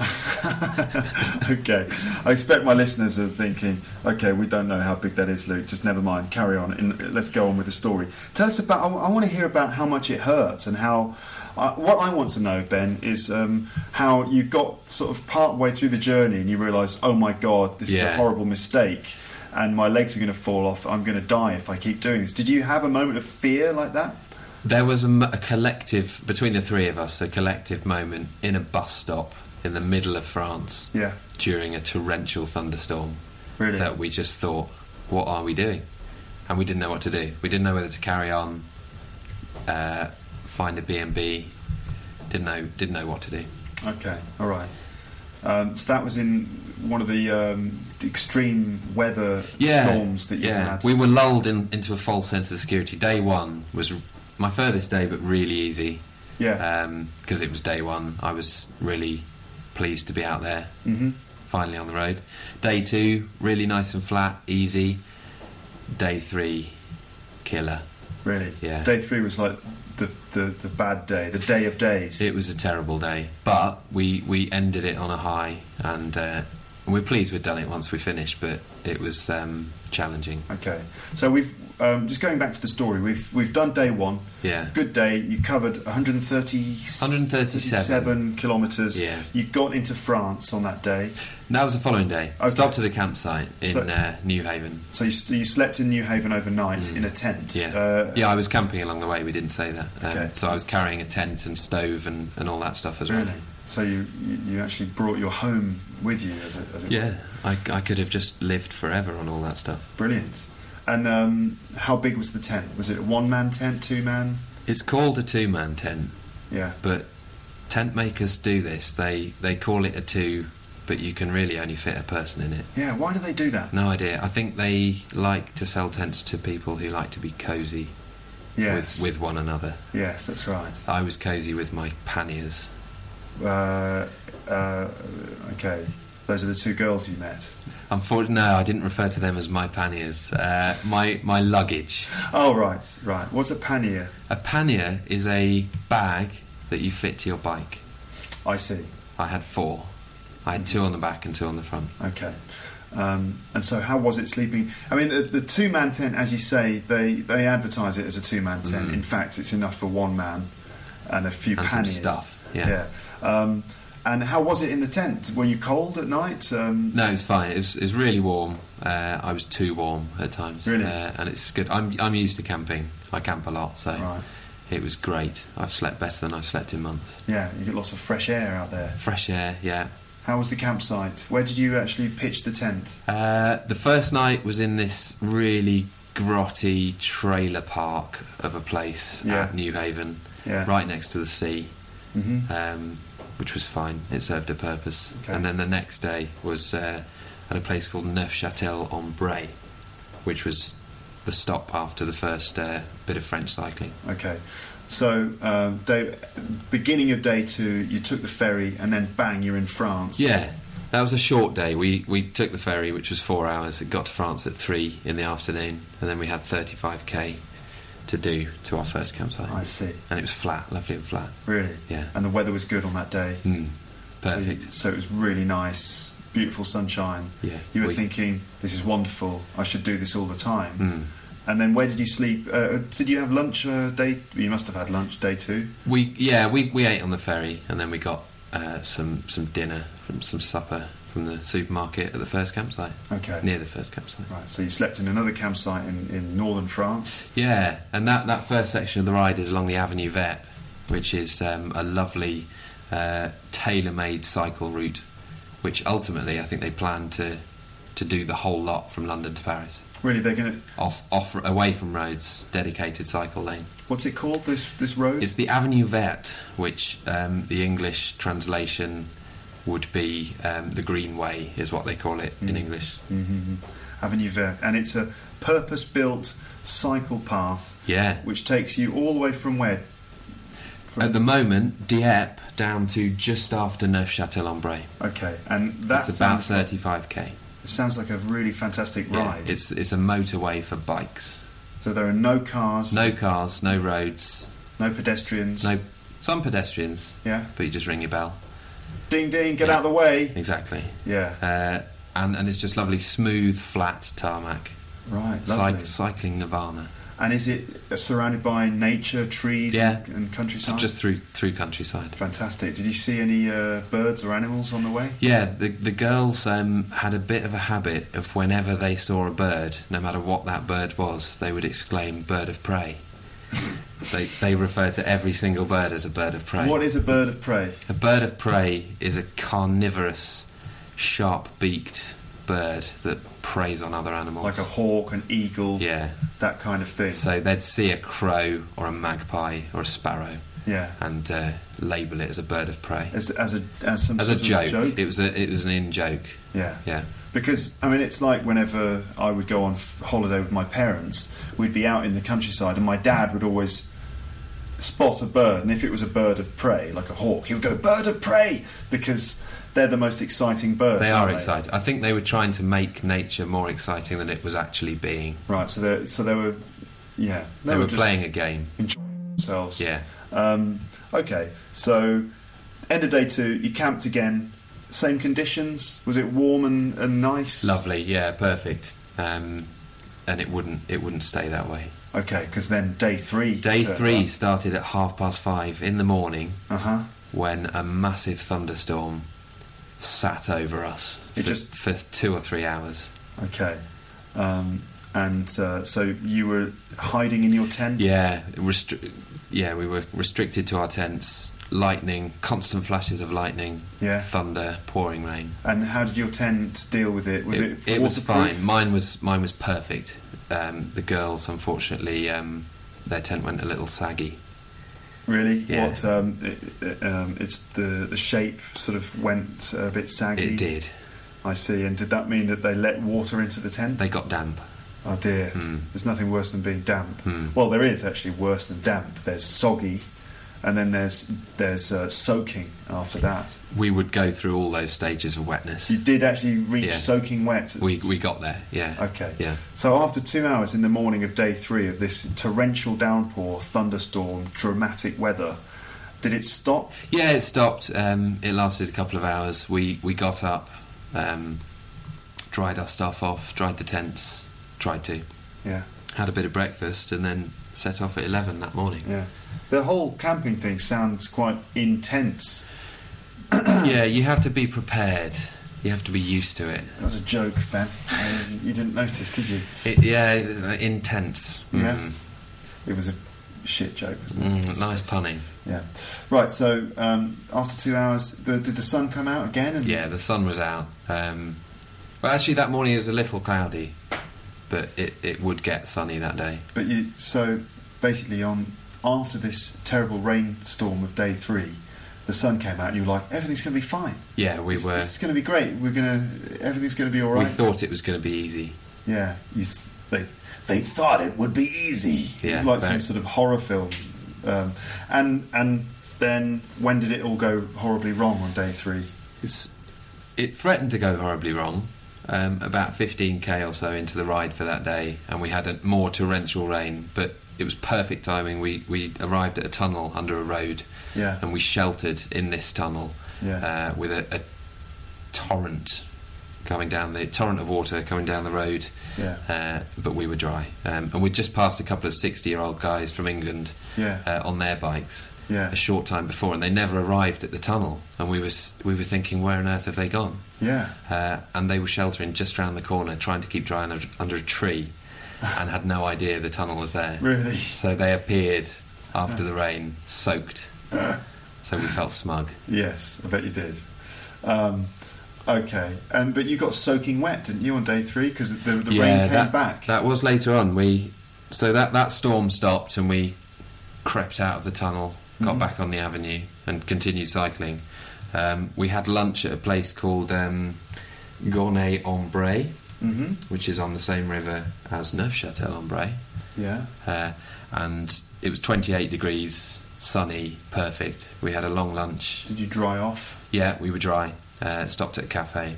[SPEAKER 2] okay, I expect my listeners are thinking, okay, we don't know how big that is, Luke. Just never mind. Carry on. And let's go on with the story. Tell us about. I, want to hear about how much it hurts and how. I what I want to know, Ben, is um, how you got sort of part way through the journey and you realise, oh my god, this is a
[SPEAKER 3] Yeah.
[SPEAKER 2] horrible mistake, and my legs are going to fall off. I'm going to die if I keep doing this. Did you have a moment of fear like that?
[SPEAKER 3] There was a, m- a collective between the three of us, a collective moment in a bus stop in the middle of France.
[SPEAKER 2] Yeah,
[SPEAKER 3] during a torrential thunderstorm
[SPEAKER 2] really.
[SPEAKER 3] that we just thought, what are we doing? And we didn't know what to do. We didn't know whether to carry on, uh, find a B&B. Didn't know, didn't know what to do.
[SPEAKER 2] Okay, all right. Um, so that was in one of the um, the extreme weather
[SPEAKER 3] Yeah,
[SPEAKER 2] storms that you
[SPEAKER 3] Yeah,
[SPEAKER 2] had.
[SPEAKER 3] we were lulled in, into a false sense of security. Day one was r- my furthest day, but really easy
[SPEAKER 2] yeah.
[SPEAKER 3] because it was day one. I was really pleased to be out there.
[SPEAKER 2] hmm
[SPEAKER 3] finally on the road. Day two, really nice and flat, easy. Day three, killer.
[SPEAKER 2] Really.
[SPEAKER 3] Yeah.
[SPEAKER 2] Day three was like the, the the bad day, the day of days.
[SPEAKER 3] It was a terrible day, but we we ended it on a high, and uh, we're pleased we'd done it once we finished. But it was um, challenging.
[SPEAKER 2] okay. So we've um, just going back to the story. We've we've done day one.
[SPEAKER 3] Yeah,
[SPEAKER 2] Good day. You covered 130,
[SPEAKER 3] 137.
[SPEAKER 2] 37 kilometres.
[SPEAKER 3] yeah.
[SPEAKER 2] You got into France on that day.
[SPEAKER 3] That was the following day.
[SPEAKER 2] Okay.
[SPEAKER 3] Stopped at a campsite in
[SPEAKER 2] So-
[SPEAKER 3] uh, New Haven.
[SPEAKER 2] So you, you slept in New Haven overnight
[SPEAKER 3] Mm.
[SPEAKER 2] in a tent.
[SPEAKER 3] Yeah.
[SPEAKER 2] Uh,
[SPEAKER 3] Yeah, I was camping along the way. We didn't say that. Um,
[SPEAKER 2] Okay.
[SPEAKER 3] So I was carrying a tent and stove and, and all that stuff as well.
[SPEAKER 2] Really? Mm. So you, you you actually brought your home with you as it, as it
[SPEAKER 3] Yeah, I, I could have just lived forever on all that stuff.
[SPEAKER 2] Brilliant. And um, how big was the tent? Was it a one man tent, two man?
[SPEAKER 3] It's called a two man tent,
[SPEAKER 2] Yeah.
[SPEAKER 3] but tent makers do this. They they call it a two, but you can really only fit a person in it.
[SPEAKER 2] Yeah, why do they do that?
[SPEAKER 3] No idea. I think they like to sell tents to people who like to be cozy
[SPEAKER 2] Yes.
[SPEAKER 3] with, with one another.
[SPEAKER 2] Yes, that's right.
[SPEAKER 3] I was cozy with my panniers.
[SPEAKER 2] Uh, uh, okay. Those are the two girls you met.
[SPEAKER 3] Unfortunately, no, I didn't refer to them as my panniers. Uh, my my luggage.
[SPEAKER 2] Oh, right, right. What's a pannier?
[SPEAKER 3] A pannier is a bag that you fit to your bike.
[SPEAKER 2] I see.
[SPEAKER 3] I had four. I had two on the back and two on the front.
[SPEAKER 2] Okay. Um, and so, how was it sleeping? I mean, the, the two man tent, as you say, they, they advertise it as a two man tent.
[SPEAKER 3] Mm.
[SPEAKER 2] In fact, it's enough for one man and a few
[SPEAKER 3] And some
[SPEAKER 2] panniers.
[SPEAKER 3] stuff.
[SPEAKER 2] Yeah. Um, and how was it in the tent? Were you cold at night? Um,
[SPEAKER 3] No, it's fine. It was, it was really warm. Uh, I was too warm at times.
[SPEAKER 2] Really?
[SPEAKER 3] Uh, and it's good. I'm, I'm used to camping. I camp a lot, so
[SPEAKER 2] Right.
[SPEAKER 3] it was great. I've slept better than I've slept in months.
[SPEAKER 2] Yeah, you get lots of fresh air out there.
[SPEAKER 3] Fresh air, yeah.
[SPEAKER 2] How was the campsite? Where did you actually pitch the tent?
[SPEAKER 3] Uh, the first night was in this really grotty trailer park of a place
[SPEAKER 2] Yeah.
[SPEAKER 3] at New Haven,
[SPEAKER 2] Yeah.
[SPEAKER 3] right next to the sea.
[SPEAKER 2] hmm
[SPEAKER 3] Um, which was fine. It served a purpose.
[SPEAKER 2] Okay.
[SPEAKER 3] And then the next day was uh, at a place called Neufchâtel en Bray, which was the stop after the first uh, bit of French cycling.
[SPEAKER 2] Okay. So, um, day, beginning of day two, you took the ferry, and then bang, you're in France.
[SPEAKER 3] Yeah, that was a short day. We we took the ferry, which was four hours. It got to France at three in the afternoon, and then we had 35k to do to our first campsite.
[SPEAKER 2] I see.
[SPEAKER 3] And it was flat, lovely and flat.
[SPEAKER 2] Really.
[SPEAKER 3] Yeah,
[SPEAKER 2] And the weather was good on that day.
[SPEAKER 3] mm,
[SPEAKER 2] So-
[SPEAKER 3] perfect.
[SPEAKER 2] So, it was really nice, beautiful sunshine.
[SPEAKER 3] yeah,
[SPEAKER 2] You were
[SPEAKER 3] we-
[SPEAKER 2] thinking, this is wonderful. I should do this all the time.
[SPEAKER 3] Mm.
[SPEAKER 2] And then where did you sleep? Uh, did you have lunch uh, day? You must have had lunch day two.
[SPEAKER 3] We yeah we, we ate on the ferry and then we got uh, some some dinner from some supper from the supermarket at the first campsite
[SPEAKER 2] Okay.
[SPEAKER 3] near the first campsite.
[SPEAKER 2] Right. So you slept in another campsite in, in northern France.
[SPEAKER 3] Yeah, and that that first section of the ride is along the Avenue Vert, which is um, a lovely uh, tailor-made cycle route, which ultimately I think they plan to to do the whole lot from London to Paris
[SPEAKER 2] Really, they're going to.
[SPEAKER 3] off off away from roads, dedicated cycle lane.
[SPEAKER 2] What's it called? This this road.
[SPEAKER 3] It's the Avenue Verte, which um, the English translation would be um, the Green Way, is what they call it in
[SPEAKER 2] Mm.
[SPEAKER 3] English.
[SPEAKER 2] hmm Avenue Vert, and it's a purpose-built cycle path
[SPEAKER 3] Yeah.
[SPEAKER 2] which takes you all the way from where. From,
[SPEAKER 3] At the moment, Dieppe down to just after Neufchâtel-en-Bray.
[SPEAKER 2] okay, and that
[SPEAKER 3] That's about
[SPEAKER 2] sounds,
[SPEAKER 3] 35k.
[SPEAKER 2] sounds like a really fantastic
[SPEAKER 3] Yeah,
[SPEAKER 2] ride.
[SPEAKER 3] It's it's a motorway for bikes.
[SPEAKER 2] so there are no cars,
[SPEAKER 3] No cars, no roads,
[SPEAKER 2] no pedestrians,
[SPEAKER 3] no some pedestrians,
[SPEAKER 2] yeah,
[SPEAKER 3] but you just ring your bell.
[SPEAKER 2] ding ding, get
[SPEAKER 3] Yeah.
[SPEAKER 2] out of the way.
[SPEAKER 3] Exactly.
[SPEAKER 2] Yeah,
[SPEAKER 3] Uh, and and it's just lovely, smooth, flat tarmac.
[SPEAKER 2] right, lovely.
[SPEAKER 3] Cy- cycling Nirvana.
[SPEAKER 2] And is it uh, surrounded by nature, trees,
[SPEAKER 3] Yeah.
[SPEAKER 2] and, and countryside?
[SPEAKER 3] Just through through countryside.
[SPEAKER 2] fantastic. Did you see any uh, birds or animals on the way?
[SPEAKER 3] Yeah, the the girls um, had a bit of a habit of whenever they saw a bird, no matter what that bird was, they would exclaim "bird of prey." they they refer to every single bird as a bird of prey.
[SPEAKER 2] What is a bird of prey?
[SPEAKER 3] A bird of prey is a carnivorous, sharp-beaked bird that preys on other animals.
[SPEAKER 2] Like a hawk, an eagle,
[SPEAKER 3] yeah.
[SPEAKER 2] that kind of thing.
[SPEAKER 3] So they'd see a crow or a magpie or a sparrow
[SPEAKER 2] Yeah.
[SPEAKER 3] and uh, label it as a bird of prey.
[SPEAKER 2] As, as a as some
[SPEAKER 3] As a
[SPEAKER 2] sort
[SPEAKER 3] joke,
[SPEAKER 2] of joke.
[SPEAKER 3] it was a, it was an in joke.
[SPEAKER 2] Yeah.
[SPEAKER 3] Yeah.
[SPEAKER 2] Because I mean, it's like whenever I would go on f- holiday with my parents, we'd be out in the countryside, and my dad would always spot a bird, and if it was a bird of prey, like a hawk, he would go "bird of prey" because they're the most exciting birds.
[SPEAKER 3] They are
[SPEAKER 2] aren't
[SPEAKER 3] exciting. I think they were trying to make nature more exciting than it was actually being.
[SPEAKER 2] Right. So they so they were, yeah,
[SPEAKER 3] They, were, playing a game.
[SPEAKER 2] enjoying themselves.
[SPEAKER 3] Yeah.
[SPEAKER 2] Um, okay. So end of day two, you camped again. Same conditions. Was it warm and, and nice?
[SPEAKER 3] Lovely. Yeah. Perfect. Um, and it wouldn't it wouldn't stay that way.
[SPEAKER 2] Okay, because then day three.
[SPEAKER 3] Day three started at half past five in the morning
[SPEAKER 2] Uh huh.
[SPEAKER 3] when a massive thunderstorm sat over us
[SPEAKER 2] It
[SPEAKER 3] for,
[SPEAKER 2] just-
[SPEAKER 3] for two or three hours.
[SPEAKER 2] Okay. Um, and uh, so you were hiding in your tent.
[SPEAKER 3] Yeah, restri- yeah, we were restricted to our tents. Lightning, constant flashes of lightning,
[SPEAKER 2] Yeah.
[SPEAKER 3] thunder, pouring rain.
[SPEAKER 2] And how did your tent deal with it? Was it?
[SPEAKER 3] was
[SPEAKER 2] waterproof?
[SPEAKER 3] fine. Mine was mine was perfect. Um, the girls, unfortunately, um, their tent went a little saggy.
[SPEAKER 2] Really?
[SPEAKER 3] Yeah.
[SPEAKER 2] What? Um, it, it- um, it's the the shape sort of went a bit saggy.
[SPEAKER 3] It did.
[SPEAKER 2] I see. And did that mean that they let water into the tent?
[SPEAKER 3] They got damp.
[SPEAKER 2] oh dear.
[SPEAKER 3] Mm,
[SPEAKER 2] There's nothing worse than being damp.
[SPEAKER 3] mm.
[SPEAKER 2] Well, there is actually worse than damp. There's soggy, and then there's there's uh, soaking after that.
[SPEAKER 3] We would go through all those stages of wetness.
[SPEAKER 2] You did actually reach
[SPEAKER 3] Yeah.
[SPEAKER 2] soaking wet.
[SPEAKER 3] We we got there. Yeah.
[SPEAKER 2] Okay.
[SPEAKER 3] Yeah.
[SPEAKER 2] So after two hours in the morning of day three of this torrential downpour, thunderstorm, dramatic weather, did it stop?
[SPEAKER 3] Yeah, it stopped. Um, it lasted a couple of hours. We we got up, um, dried our stuff off, dried the tents, tried to
[SPEAKER 2] Yeah,
[SPEAKER 3] had a bit of breakfast, and then set off at eleven that morning.
[SPEAKER 2] yeah. The whole camping thing sounds quite intense.
[SPEAKER 3] yeah, you have to be prepared. You have to be used to it.
[SPEAKER 2] That was a joke, Ben. Uh, you didn't notice, did you?
[SPEAKER 3] it yeah, it was uh, intense.
[SPEAKER 2] Yeah.
[SPEAKER 3] Mm.
[SPEAKER 2] It was a shit joke, wasn't it?
[SPEAKER 3] Mm, nice punning.
[SPEAKER 2] Yeah. Right. So um, after two hours, the, did the sun come out again? And
[SPEAKER 3] Yeah, the sun was out. Um, well, actually, that morning it was a little cloudy, but it, it would get sunny that day.
[SPEAKER 2] But you so basically on after this terrible rainstorm of day three, the sun came out and you were like, everything's going to be fine.
[SPEAKER 3] Yeah, we
[SPEAKER 2] This-
[SPEAKER 3] were.
[SPEAKER 2] This is going to be great. We're going to. Everything's going to be all
[SPEAKER 3] We
[SPEAKER 2] right.
[SPEAKER 3] thought it was going to be easy.
[SPEAKER 2] yeah. You th- they they thought it would be easy.
[SPEAKER 3] Yeah,
[SPEAKER 2] Like
[SPEAKER 3] no.
[SPEAKER 2] some sort of horror film. Um, and and then when did it all go horribly wrong on day three?
[SPEAKER 3] It's, it threatened to go horribly wrong. Um, about 15k or so into the ride for that day, and we had a more torrential rain, but it was perfect timing. We we arrived at a tunnel under a road,
[SPEAKER 2] Yeah.
[SPEAKER 3] and we sheltered in this tunnel
[SPEAKER 2] Yeah.
[SPEAKER 3] uh, with a, a torrent coming down the torrent of water coming down the road.
[SPEAKER 2] Yeah.
[SPEAKER 3] Uh, but we were dry, um, and we just passed a couple of 60-year-old guys from England
[SPEAKER 2] Yeah.
[SPEAKER 3] uh, on their bikes
[SPEAKER 2] Yeah.
[SPEAKER 3] a short time before, and they never arrived at the tunnel. And we was we were thinking, where on earth have they gone?
[SPEAKER 2] Yeah.
[SPEAKER 3] Uh, and they were sheltering just round the corner, trying to keep dry under, under a tree, and had no idea the tunnel was there.
[SPEAKER 2] Really?
[SPEAKER 3] So they appeared after the rain, soaked. so we felt smug.
[SPEAKER 2] Yes, I bet you did. Um, okay, and but you got soaking wet, didn't you, on day three? Because the, the rain came
[SPEAKER 3] that,
[SPEAKER 2] back.
[SPEAKER 3] That was later on. We so that that storm stopped, and we crept out of the tunnel, got
[SPEAKER 2] Mm-hmm.
[SPEAKER 3] back on the avenue, and continued cycling. Um, we had lunch at a place called um, Gournay en Bray,
[SPEAKER 2] hmm
[SPEAKER 3] which is on the same river as Neufchâtel en Bray,
[SPEAKER 2] Yeah.
[SPEAKER 3] uh, and it was 28 degrees, sunny, perfect. We had a long lunch.
[SPEAKER 2] Did you dry off?
[SPEAKER 3] Yeah, we were dry. Uh, stopped at a cafe,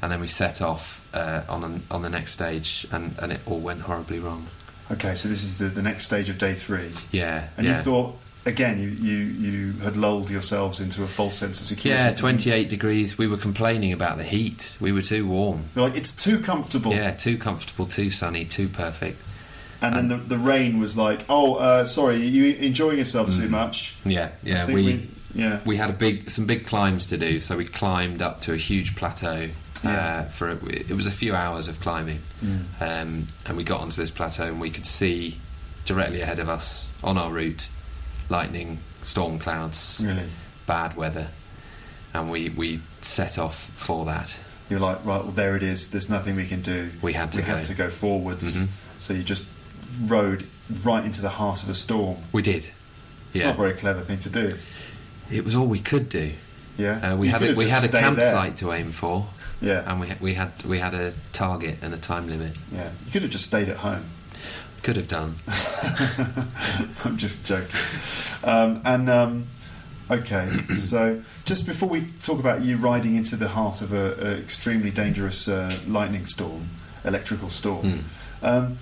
[SPEAKER 3] and then we set off uh, on an, on the next stage, and, and it all went horribly wrong.
[SPEAKER 2] Okay, so this is the, the next stage of day three,
[SPEAKER 3] Yeah,
[SPEAKER 2] and
[SPEAKER 3] yeah.
[SPEAKER 2] you thought again you, you you had lulled yourselves into a false sense of security.
[SPEAKER 3] yeah, 28 degrees. We were complaining about the heat. We were too warm.
[SPEAKER 2] You're like it's too comfortable,
[SPEAKER 3] Yeah, too comfortable, too sunny, too perfect.
[SPEAKER 2] and then the, the rain was like, oh, uh, sorry, you enjoying yourself too much.
[SPEAKER 3] Yeah,
[SPEAKER 2] I
[SPEAKER 3] Mm. yeah.
[SPEAKER 2] think
[SPEAKER 3] We,
[SPEAKER 2] we-
[SPEAKER 3] we
[SPEAKER 2] yeah
[SPEAKER 3] had a big some big climbs to do, so we climbed up to a huge plateau.
[SPEAKER 2] Yeah.
[SPEAKER 3] Uh, for a, it was a few hours of climbing, um, and we got onto this plateau and we could see directly ahead of us on our route lightning, storm clouds,
[SPEAKER 2] really.
[SPEAKER 3] bad weather, and we we set off for that.
[SPEAKER 2] You're like, right, well, there it is. There's nothing we can do.
[SPEAKER 3] We had to
[SPEAKER 2] we
[SPEAKER 3] go. Mm-hmm.
[SPEAKER 2] have to go forwards. So you just rode right into the heart of a storm.
[SPEAKER 3] We did.
[SPEAKER 2] It's not a very clever thing to do.
[SPEAKER 3] it was all we could do.
[SPEAKER 2] Yeah,
[SPEAKER 3] Uh, we
[SPEAKER 2] You
[SPEAKER 3] had
[SPEAKER 2] could
[SPEAKER 3] a,
[SPEAKER 2] have
[SPEAKER 3] we
[SPEAKER 2] just
[SPEAKER 3] had a
[SPEAKER 2] stayed
[SPEAKER 3] campsite Um, to aim for,
[SPEAKER 2] There. Yeah,
[SPEAKER 3] and we ha- we had we had a target and a time limit.
[SPEAKER 2] yeah. You could have just stayed at home.
[SPEAKER 3] Could have done.
[SPEAKER 2] I'm just joking. Um, and um, okay, so just before we talk about you riding into the heart of a, a extremely dangerous uh, lightning storm, electrical storm, um,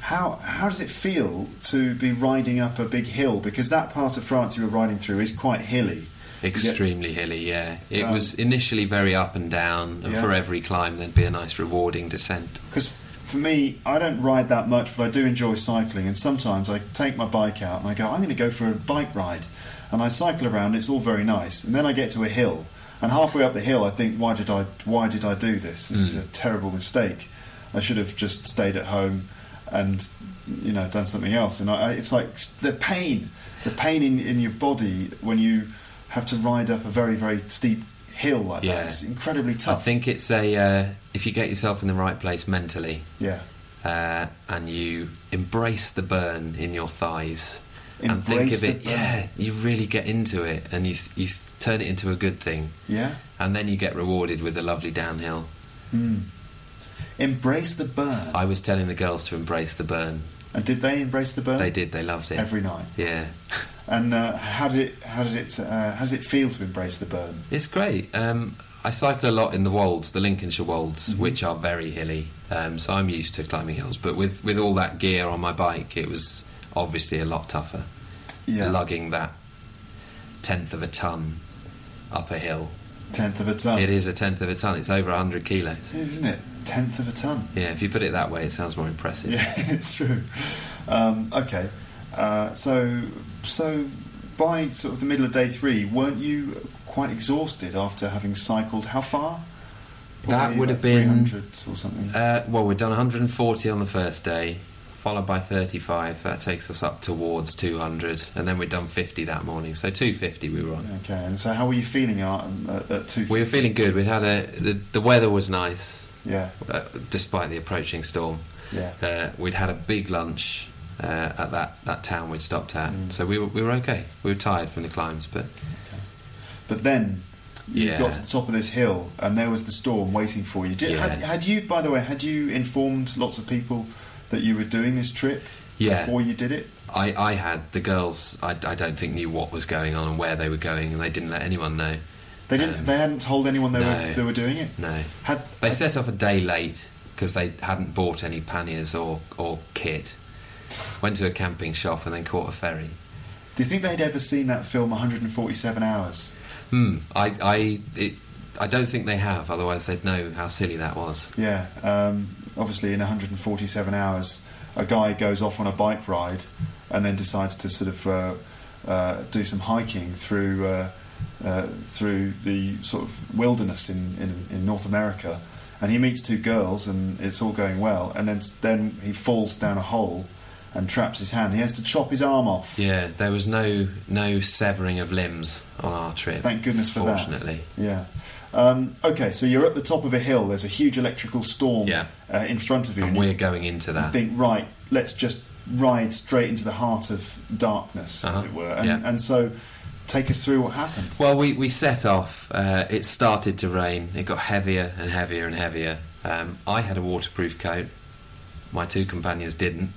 [SPEAKER 2] how how does it feel to be riding up a big hill? Because that part of France you were riding through is quite hilly.
[SPEAKER 3] Extremely hilly, yeah. It
[SPEAKER 2] Um,
[SPEAKER 3] was initially very up and down, and
[SPEAKER 2] Yeah.
[SPEAKER 3] for every climb there'd be a nice rewarding descent.
[SPEAKER 2] Because for me, I don't ride that much, but I do enjoy cycling. And sometimes I take my bike out and I go, I'm going to go for a bike ride. And I cycle around. It's all very nice. And then I get to a hill, and halfway up the hill, I think, why did I? Why did I do this? This
[SPEAKER 3] Mm.
[SPEAKER 2] is a terrible mistake. I should have just stayed at home and you know done something else. And I, I, it's like the pain, the pain in, in your body when you have to ride up a very very steep hill like
[SPEAKER 3] Yeah.
[SPEAKER 2] that. It's incredibly
[SPEAKER 3] I
[SPEAKER 2] tough.
[SPEAKER 3] think it's a uh, if you get yourself in the right place mentally,
[SPEAKER 2] yeah.
[SPEAKER 3] uh, and you embrace the burn in your thighs, and think
[SPEAKER 2] Embrace
[SPEAKER 3] of
[SPEAKER 2] the
[SPEAKER 3] it,
[SPEAKER 2] burn.
[SPEAKER 3] yeah, you really get into it, and you th- you th- turn it into a good thing,
[SPEAKER 2] Yeah.
[SPEAKER 3] and then you get rewarded with a lovely downhill.
[SPEAKER 2] Embrace the burn.
[SPEAKER 3] I was telling the girls to embrace the burn.
[SPEAKER 2] And did they embrace the burn?
[SPEAKER 3] They did. They loved it.
[SPEAKER 2] every night.
[SPEAKER 3] yeah,
[SPEAKER 2] And uh, how did it? How did it? Uh, how does it feel to embrace the burn?
[SPEAKER 3] it's great. Um, I cycle a lot in the wolds, the Lincolnshire wolds,
[SPEAKER 2] Mm-hmm.
[SPEAKER 3] which are very hilly. Um, so I'm used to climbing hills, but with with all that gear on my bike, it was obviously a lot tougher.
[SPEAKER 2] Yeah,
[SPEAKER 3] Lugging that tenth of a ton up a hill.
[SPEAKER 2] tenth of a ton,
[SPEAKER 3] It is a tenth of a ton. It's over hundred kilos.
[SPEAKER 2] isn't it? Tenth of a ton.
[SPEAKER 3] Yeah, if you put it that way, it sounds more impressive.
[SPEAKER 2] Yeah, it's true. Um, okay, uh, so so by sort of the middle of day three, weren't you quite exhausted after having cycled how far?
[SPEAKER 3] That would have
[SPEAKER 2] three
[SPEAKER 3] been-
[SPEAKER 2] hundred or something.
[SPEAKER 3] Uh, well, we've done 140 on the first day, followed by 35. That takes us up towards 200, and then we'd done 50 that morning. So 250 we were on.
[SPEAKER 2] okay, and so how were you feeling at, at, at two?
[SPEAKER 3] We were feeling good. We'd had a the, the weather was nice,
[SPEAKER 2] yeah,
[SPEAKER 3] uh, despite the approaching storm.
[SPEAKER 2] yeah.
[SPEAKER 3] Uh, we'd had a big lunch uh,
[SPEAKER 2] Mm.
[SPEAKER 3] at that, that town we'd stopped at, so we were we were okay. We were tired from the climbs, but
[SPEAKER 2] But then you
[SPEAKER 3] Yeah.
[SPEAKER 2] got to the top of this hill, and there was the storm waiting for you. Did, had,
[SPEAKER 3] Yeah.
[SPEAKER 2] had you, by the way, had you informed lots of people that you were doing this trip
[SPEAKER 3] Yeah.
[SPEAKER 2] before you did it?
[SPEAKER 3] I, I had the girls. I, I don't think knew what was going on and where they were going, and they didn't let anyone know.
[SPEAKER 2] They didn't.
[SPEAKER 3] Um,
[SPEAKER 2] they hadn't told anyone they were
[SPEAKER 3] no.
[SPEAKER 2] they were doing it.
[SPEAKER 3] No,
[SPEAKER 2] Had
[SPEAKER 3] they set off a day late because they hadn't bought any panniers or or kit. Went to a camping shop and then caught a ferry.
[SPEAKER 2] do you think they'd ever seen that film 147 Hours?
[SPEAKER 3] Hmm. I I it, I don't think they have. Otherwise, they'd know how silly that was.
[SPEAKER 2] Yeah. Um, obviously, in 147 hours, a guy goes off on a bike ride and then decides to sort of uh, uh, do some hiking through uh, uh, through the sort of wilderness in, in, in North America. And he meets two girls, and it's all going well. And then then he falls down a hole and traps his hand. He has to chop his arm off.
[SPEAKER 3] Yeah, there was no no severing of limbs on our trip.
[SPEAKER 2] Thank goodness for that.
[SPEAKER 3] Fortunately.
[SPEAKER 2] Yeah. Um, okay, so you're at the top of a hill. There's a huge electrical storm
[SPEAKER 3] Yeah.
[SPEAKER 2] uh, in front of you.
[SPEAKER 3] And
[SPEAKER 2] and you
[SPEAKER 3] we're going into
[SPEAKER 2] I
[SPEAKER 3] that.
[SPEAKER 2] think, right, let's just ride straight into the heart of darkness, as
[SPEAKER 3] Uh-huh.
[SPEAKER 2] it were. And,
[SPEAKER 3] Yeah.
[SPEAKER 2] and so, take us through what happened.
[SPEAKER 3] Well, we, we set off. Uh, it started to rain. It got heavier and heavier and heavier. Um, I had a waterproof coat. My two companions didn't.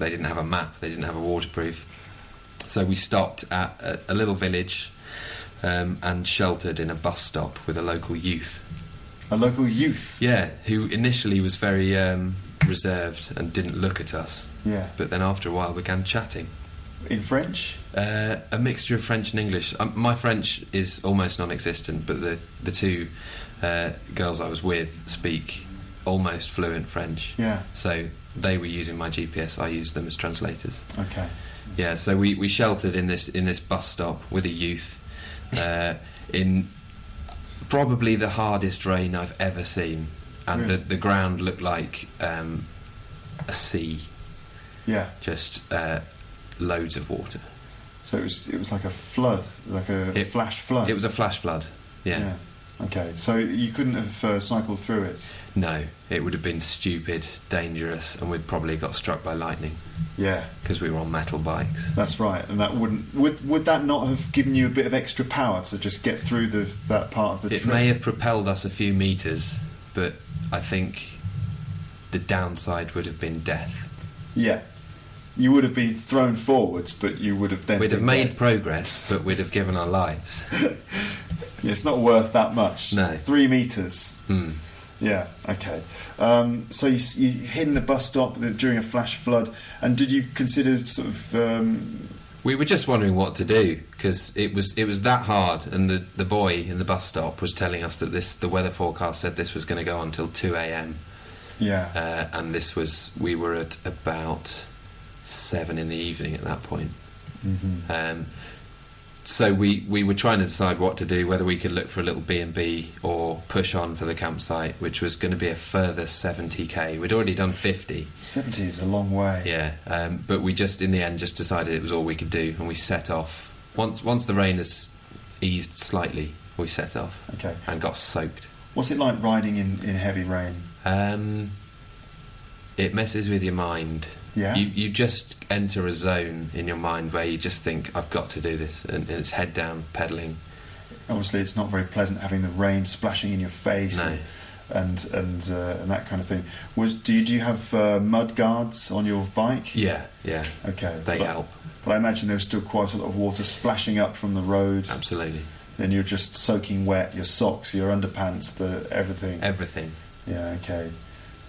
[SPEAKER 3] they didn't have a map. They didn't have a waterproof. So we stopped at a, a little village um, and sheltered in a bus stop with a local youth.
[SPEAKER 2] A local youth.
[SPEAKER 3] Yeah, who initially was very um, reserved and didn't look at us.
[SPEAKER 2] Yeah.
[SPEAKER 3] But then after a while began chatting.
[SPEAKER 2] In French?
[SPEAKER 3] Uh, a mixture of French and English. Um, my French is almost non-existent, but the the two uh, girls I was with speak almost fluent French.
[SPEAKER 2] Yeah.
[SPEAKER 3] So they were using my GPS. I used them as translators.
[SPEAKER 2] Okay.
[SPEAKER 3] Yeah. So we, we sheltered in this in this bus stop with a youth uh, in probably the hardest rain I've ever seen, and the
[SPEAKER 2] Really?
[SPEAKER 3] the ground looked like um, a sea,
[SPEAKER 2] Yeah.
[SPEAKER 3] just uh, loads of water.
[SPEAKER 2] So it was it was like a flood, like a
[SPEAKER 3] It-
[SPEAKER 2] flash flood.
[SPEAKER 3] It was a flash flood. yeah.
[SPEAKER 2] Okay. So you couldn't have uh, cycled through it.
[SPEAKER 3] No, it would have been stupid, dangerous, and we'd probably got struck by lightning
[SPEAKER 2] Yeah.
[SPEAKER 3] because we were on metal bikes.
[SPEAKER 2] That's right, and that wouldn't would would that not have given you a bit of extra power to just get through the that part of the
[SPEAKER 3] It
[SPEAKER 2] trip?
[SPEAKER 3] may have propelled us a few metres, but I think the downside would have been death.
[SPEAKER 2] Yeah, you would have been thrown forwards, but you would have then
[SPEAKER 3] We'd have
[SPEAKER 2] been
[SPEAKER 3] made
[SPEAKER 2] dead.
[SPEAKER 3] progress, but we'd have given our lives.
[SPEAKER 2] Yeah, it's not worth that much.
[SPEAKER 3] No.
[SPEAKER 2] Three metres.
[SPEAKER 3] Hmm.
[SPEAKER 2] Yeah, okay. Um, so you, s- you hid in the bus stop th- during a flash flood, and did you consider sort of. Um,
[SPEAKER 3] We were just wondering what to do because it was it was that hard, and the, the boy in the bus stop was telling us that this the weather forecast said this was going to go on until two a.m.
[SPEAKER 2] yeah.
[SPEAKER 3] Uh, and this was we were at about seven in the evening at that point.
[SPEAKER 2] Mhm.
[SPEAKER 3] Um, so we, we were trying to decide what to do, whether we could look for a little B and B or push on for the campsite, which was going to be a further seventy k. We'd already done fifty,
[SPEAKER 2] 70 is a long way.
[SPEAKER 3] yeah. Um, but we just in the end just decided it was all we could do, and we set off. Once once the rain has eased slightly, we set off
[SPEAKER 2] Okay.
[SPEAKER 3] and got soaked.
[SPEAKER 2] What's it like riding in, in heavy rain?
[SPEAKER 3] Um, it messes with your mind.
[SPEAKER 2] Yeah.
[SPEAKER 3] You, you just enter a zone in your mind where you just think, I've got to do this. And it's head down, pedalling.
[SPEAKER 2] Obviously, it's not very pleasant having the rain splashing in your face
[SPEAKER 3] No.
[SPEAKER 2] and and and, uh, and that kind of thing. Was do you, do you have uh, mud guards on your bike?
[SPEAKER 3] Yeah, yeah.
[SPEAKER 2] Okay.
[SPEAKER 3] They
[SPEAKER 2] but-
[SPEAKER 3] help.
[SPEAKER 2] But I imagine there was still quite a lot of water splashing up from the road,
[SPEAKER 3] Absolutely.
[SPEAKER 2] and you're just soaking wet your socks, your underpants, the everything.
[SPEAKER 3] Everything.
[SPEAKER 2] yeah, okay.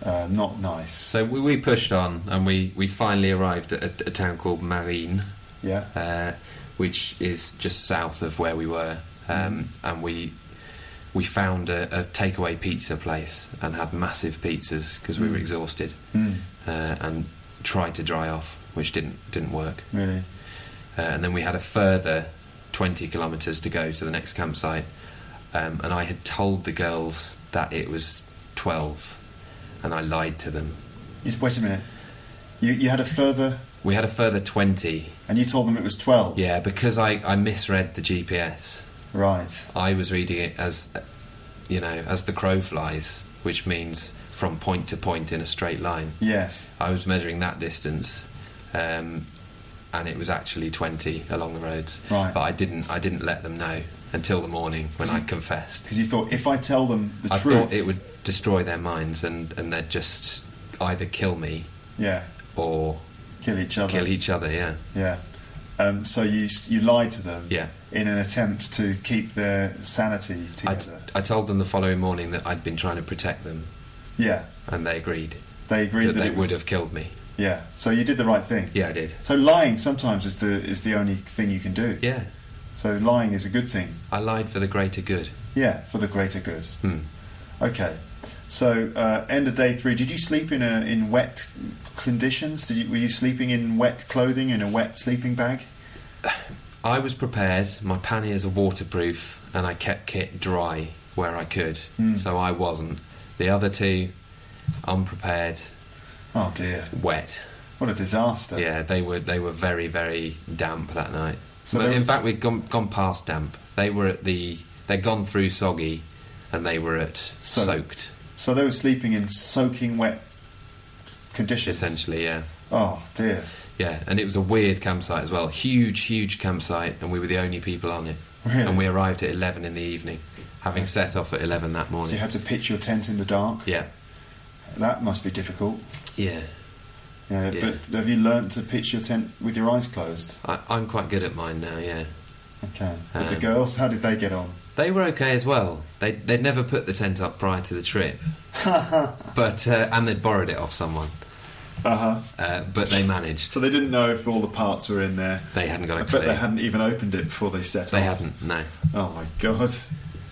[SPEAKER 2] Uh, not nice.
[SPEAKER 3] So we, we pushed on and we, we finally arrived at a, a town called Marine,
[SPEAKER 2] Yeah,
[SPEAKER 3] uh, which is just south of where we were. Um, And we we found a, a takeaway pizza place and had massive pizzas because we were
[SPEAKER 2] Mm.
[SPEAKER 3] exhausted.
[SPEAKER 2] mm,
[SPEAKER 3] uh, and tried to dry off, which didn't didn't work.
[SPEAKER 2] really.
[SPEAKER 3] Uh, and then we had a further 20 kilometres to go to the next campsite. Um, and I had told the girls that it was 12, and I lied to them.
[SPEAKER 2] Just wait a minute. You, you had a further,
[SPEAKER 3] We had a further 20.
[SPEAKER 2] and you told them it was 12.
[SPEAKER 3] Yeah, because I, I misread the GPS.
[SPEAKER 2] Right.
[SPEAKER 3] I was reading it as, uh, you know, as the crow flies, which means from point to point in a straight line.
[SPEAKER 2] Yes.
[SPEAKER 3] I was measuring that distance, um, and it was actually 20 along the roads.
[SPEAKER 2] Right.
[SPEAKER 3] But I didn't. I didn't let them know. until the morning when I confessed.
[SPEAKER 2] Because you thought, if I tell them the
[SPEAKER 3] I
[SPEAKER 2] truth,
[SPEAKER 3] thought it would destroy their minds and, and they'd just either kill me
[SPEAKER 2] yeah,
[SPEAKER 3] or
[SPEAKER 2] kill each other.
[SPEAKER 3] kill e- each other, yeah.
[SPEAKER 2] Yeah. Um, so you you lied to them
[SPEAKER 3] Yeah.
[SPEAKER 2] in an attempt to keep their sanity
[SPEAKER 3] I,
[SPEAKER 2] together.
[SPEAKER 3] I told them the following morning that I'd been trying to protect them
[SPEAKER 2] yeah.
[SPEAKER 3] and they agreed
[SPEAKER 2] They agreed
[SPEAKER 3] that
[SPEAKER 2] that,
[SPEAKER 3] they
[SPEAKER 2] it was,
[SPEAKER 3] would have killed me.
[SPEAKER 2] Yeah. So you did the right thing.
[SPEAKER 3] Yeah, I did.
[SPEAKER 2] So lying sometimes is the is the only thing you can do.
[SPEAKER 3] Yeah,
[SPEAKER 2] So lying is a good thing.
[SPEAKER 3] I lied for the greater good.
[SPEAKER 2] Yeah, for the greater good.
[SPEAKER 3] Hmm.
[SPEAKER 2] Okay. So uh, end of day three. Did you sleep in a in wet conditions? Did you were you sleeping in wet clothing in a wet sleeping bag?
[SPEAKER 3] I was prepared, my panniers are waterproof, and I kept kit dry where I could,
[SPEAKER 2] Hmm.
[SPEAKER 3] so I wasn't. The other two, unprepared,
[SPEAKER 2] Oh dear,
[SPEAKER 3] wet.
[SPEAKER 2] what a disaster!
[SPEAKER 3] Yeah, they were they were very very damp that night.
[SPEAKER 2] So
[SPEAKER 3] but
[SPEAKER 2] they
[SPEAKER 3] in
[SPEAKER 2] were-
[SPEAKER 3] fact, we'd gone gone past damp. They were at the they'd gone through soggy, and they were at
[SPEAKER 2] Soaked.
[SPEAKER 3] soaked
[SPEAKER 2] So they were sleeping in soaking wet conditions.
[SPEAKER 3] essentially. Yeah,
[SPEAKER 2] Oh dear.
[SPEAKER 3] yeah, and it was a weird campsite as well. Huge, huge campsite, and we were the only people on it.
[SPEAKER 2] Really?
[SPEAKER 3] And we arrived at eleven in the evening, having set off at eleven that
[SPEAKER 2] So
[SPEAKER 3] morning.
[SPEAKER 2] you had to pitch your tent in the dark.
[SPEAKER 3] yeah,
[SPEAKER 2] That must be difficult.
[SPEAKER 3] yeah.
[SPEAKER 2] Yeah,
[SPEAKER 3] Yeah.
[SPEAKER 2] But have you learnt to pitch your tent with your eyes closed?
[SPEAKER 3] I, I'm quite good at mine now. Yeah,
[SPEAKER 2] Okay. But the
[SPEAKER 3] Um,
[SPEAKER 2] girls, how did they get on?
[SPEAKER 3] they were okay as well. They they'd never put the tent up prior to the trip, but uh, and they'd borrowed it off someone.
[SPEAKER 2] Uh huh.
[SPEAKER 3] Uh, but they managed.
[SPEAKER 2] So they didn't know if all the parts were in there.
[SPEAKER 3] They hadn't got
[SPEAKER 2] I
[SPEAKER 3] a
[SPEAKER 2] bet
[SPEAKER 3] clue.
[SPEAKER 2] they hadn't even opened it before they set
[SPEAKER 3] They
[SPEAKER 2] off.
[SPEAKER 3] hadn't. No,
[SPEAKER 2] Oh my god.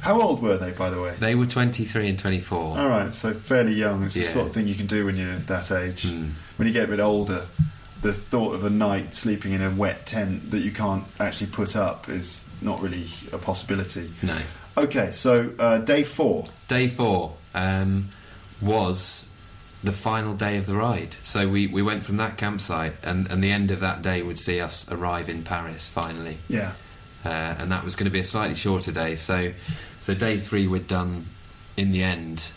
[SPEAKER 2] How old were they, by the way?
[SPEAKER 3] they were 23 and 24.
[SPEAKER 2] All right, so fairly young. It's the
[SPEAKER 3] Yeah.
[SPEAKER 2] sort of thing you can do when you're that age.
[SPEAKER 3] Mm.
[SPEAKER 2] When you get a bit older, the thought of a night sleeping in a wet tent that you can't actually put up is not really a possibility.
[SPEAKER 3] No.
[SPEAKER 2] Okay, so uh, day four.
[SPEAKER 3] Day four um, was the final day of the ride. So we, we went from that campsite, and, and the end of that day would see us arrive in Paris finally.
[SPEAKER 2] Yeah.
[SPEAKER 3] Uh, and that was going to be a slightly shorter day. So, so day three we'd done in the end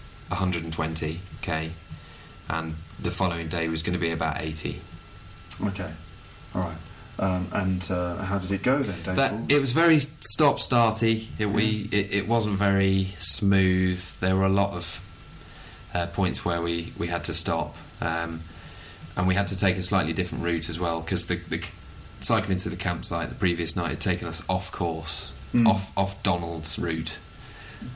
[SPEAKER 3] 120k, and the following day was going to be about 80.
[SPEAKER 2] Okay. All right. Um, and uh, how did it go then, day four?
[SPEAKER 3] That it was very stop starty. It we it, it wasn't very smooth. There were a lot of uh, points where we we had to stop, um, and we had to take a slightly different route as well because the, the c- cycling to the campsite the previous night had taken us off course,
[SPEAKER 2] Mm.
[SPEAKER 3] off off Donald's route.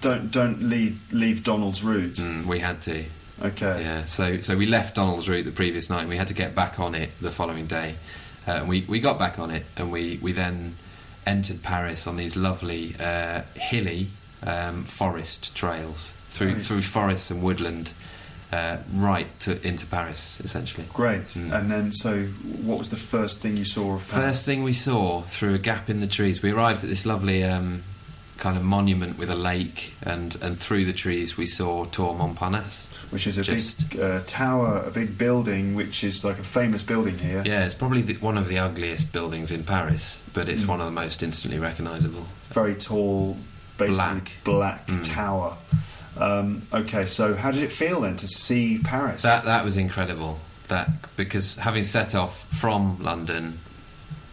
[SPEAKER 2] Don't don't leave leave Donald's route.
[SPEAKER 3] Mm, we had to,
[SPEAKER 2] Okay.
[SPEAKER 3] yeah. So so we left Donald's route the previous night. and We had to get back on it the following day. Uh, and we we got back on it, and we we then entered Paris on these lovely uh, hilly um, forest trails through
[SPEAKER 2] Right.
[SPEAKER 3] through forests and woodland, uh, right to into Paris essentially.
[SPEAKER 2] Great.
[SPEAKER 3] Mm.
[SPEAKER 2] And then, so what was the first thing you saw of Paris?
[SPEAKER 3] First thing we saw through a gap in the trees, we arrived at this lovely um, kind of monument with a lake, and and through the trees we saw Tour Montparnasse.
[SPEAKER 2] which is a
[SPEAKER 3] Just-
[SPEAKER 2] big uh, tower, a big building, which is like a famous building here.
[SPEAKER 3] Yeah, it's probably the, one of the ugliest buildings in Paris, but it's
[SPEAKER 2] Mm.
[SPEAKER 3] one of the most instantly recognisable.
[SPEAKER 2] Very tall, basically black,
[SPEAKER 3] Black. Mm.
[SPEAKER 2] tower. Um, okay, so how did it feel then to see Paris?
[SPEAKER 3] That that was incredible. That because having set off from London,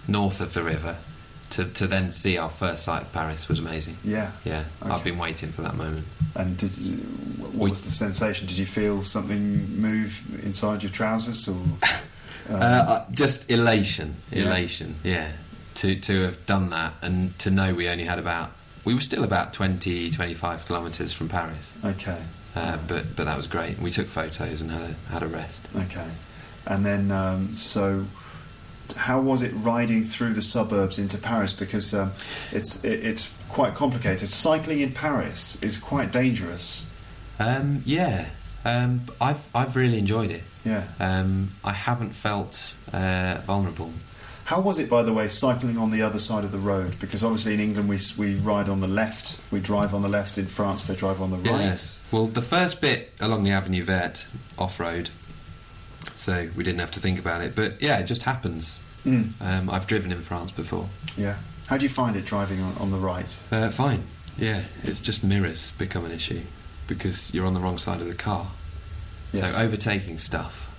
[SPEAKER 3] north of the river, to to then see our first sight of Paris was amazing.
[SPEAKER 2] yeah,
[SPEAKER 3] Yeah,
[SPEAKER 2] Okay.
[SPEAKER 3] I've been waiting for that moment.
[SPEAKER 2] and did you, what
[SPEAKER 3] We-
[SPEAKER 2] was the sensation? Did you feel something move inside your trousers, or um,
[SPEAKER 3] Uh, just elation,
[SPEAKER 2] Yeah.
[SPEAKER 3] elation. Yeah, to to have done that and to know we only had about we were still about 20, 25 kilometres from Paris,
[SPEAKER 2] Um, okay,
[SPEAKER 3] uh, but but that was great. We took photos and had a had a rest.
[SPEAKER 2] okay, and then um, so. How was it riding through the suburbs into Paris? Because um, it's it, it's quite complicated. Cycling in Paris is quite dangerous.
[SPEAKER 3] Um, yeah, um, I've I've really enjoyed it.
[SPEAKER 2] Yeah.
[SPEAKER 3] Um, I haven't felt uh, vulnerable.
[SPEAKER 2] How was it, by the way, cycling on the other side of the road? Because obviously in England we we ride on the left, we drive on the left. In France they drive on the right.
[SPEAKER 3] Well, the first bit along the Avenue Verte, off road, so we didn't have to think about it. But yeah, it just happens.
[SPEAKER 2] Mm,
[SPEAKER 3] Um, I've driven in France before.
[SPEAKER 2] yeah. How do you find it driving on, on the right?
[SPEAKER 3] Uh, fine. Yeah, it's just mirrors become an issue because you're on the wrong side of the car.
[SPEAKER 2] Yes.
[SPEAKER 3] So overtaking stuff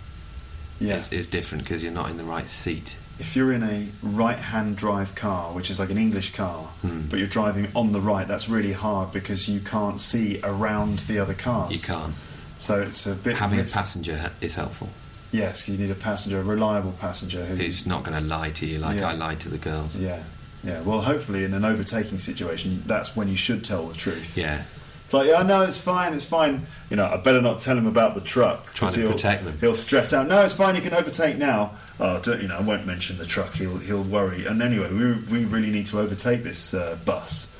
[SPEAKER 2] yes.
[SPEAKER 3] is, is different because you're not in the right seat.
[SPEAKER 2] if you're in a right-hand drive car, which is like an English car,
[SPEAKER 3] Hmm.
[SPEAKER 2] but you're driving on the right, that's really hard because you can't see around the other cars.
[SPEAKER 3] You can't.
[SPEAKER 2] So it's a bit
[SPEAKER 3] Having a
[SPEAKER 2] risk-
[SPEAKER 3] passenger ha- is helpful.
[SPEAKER 2] Yes, you need a passenger, a reliable passenger who.
[SPEAKER 3] Who's not going to lie to you like
[SPEAKER 2] Yeah.
[SPEAKER 3] I lied to the girls.
[SPEAKER 2] Yeah, yeah. Well, hopefully, in an overtaking situation, that's when you should tell the truth.
[SPEAKER 3] Yeah.
[SPEAKER 2] It's like, oh no, it's fine, it's fine. You know, I better not tell him about the truck. 'cause
[SPEAKER 3] Trying to
[SPEAKER 2] he'll-
[SPEAKER 3] protect them.
[SPEAKER 2] He'll stress out. No, it's fine. You can overtake now. Oh, don't, you know, I won't mention the truck. He'll he'll worry. And anyway, we we really need to overtake this uh, bus.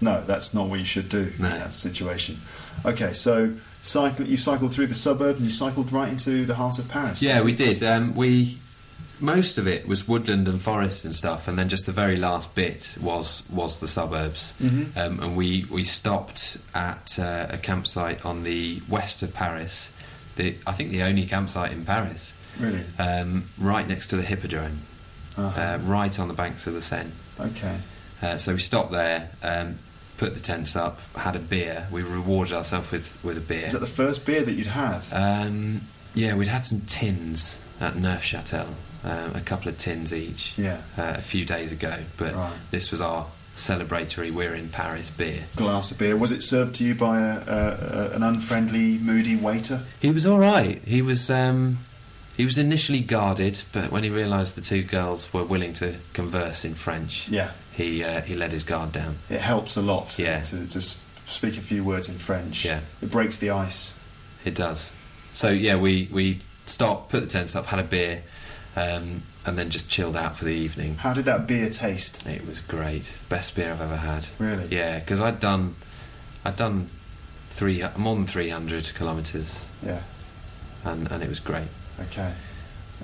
[SPEAKER 2] No, that's not what you should do
[SPEAKER 3] No.
[SPEAKER 2] in that situation. Okay, so cycle. You cycled through the suburb and you cycled right into the heart of Paris.
[SPEAKER 3] Yeah, we did. Um, we most of it was woodland and forest and stuff, and then just the very last bit was was the suburbs.
[SPEAKER 2] Mm-hmm.
[SPEAKER 3] Um, and we we stopped at uh, a campsite on the west of Paris. The, I think the only campsite in Paris,
[SPEAKER 2] really.
[SPEAKER 3] um, right next to the Hippodrome,
[SPEAKER 2] Uh,
[SPEAKER 3] uh, right on the banks of the Seine.
[SPEAKER 2] okay.
[SPEAKER 3] Uh, so we stopped there, um, put the tents up, had a beer. We rewarded ourselves with, with a beer.
[SPEAKER 2] Is that the first beer that you'd had?
[SPEAKER 3] Um, yeah, we'd had some tins at Neufchâtel, um, a couple of tins each
[SPEAKER 2] yeah.
[SPEAKER 3] uh, a few days ago, but
[SPEAKER 2] Right.
[SPEAKER 3] this was our celebratory We're in Paris beer.
[SPEAKER 2] Glass of beer. Was it served to you by a, a, a, an unfriendly, moody waiter?
[SPEAKER 3] He was all right. He was um, he was initially guarded, but when he realised the two girls were willing to converse in French,
[SPEAKER 2] Yeah.
[SPEAKER 3] he uh, he let his guard down.
[SPEAKER 2] It helps a lot
[SPEAKER 3] Yeah.
[SPEAKER 2] to, to s- speak a few words in French.
[SPEAKER 3] Yeah.
[SPEAKER 2] It breaks the ice.
[SPEAKER 3] It does. So yeah, we we stopped, put the tents up, had a beer, um, and then just chilled out for the evening.
[SPEAKER 2] How did that beer taste,
[SPEAKER 3] It was great. Best beer I've ever had.
[SPEAKER 2] really?
[SPEAKER 3] Yeah, because I'd done, I'd done three more than three hundred kilometres,
[SPEAKER 2] Yeah.
[SPEAKER 3] and, and it was great.
[SPEAKER 2] Okay.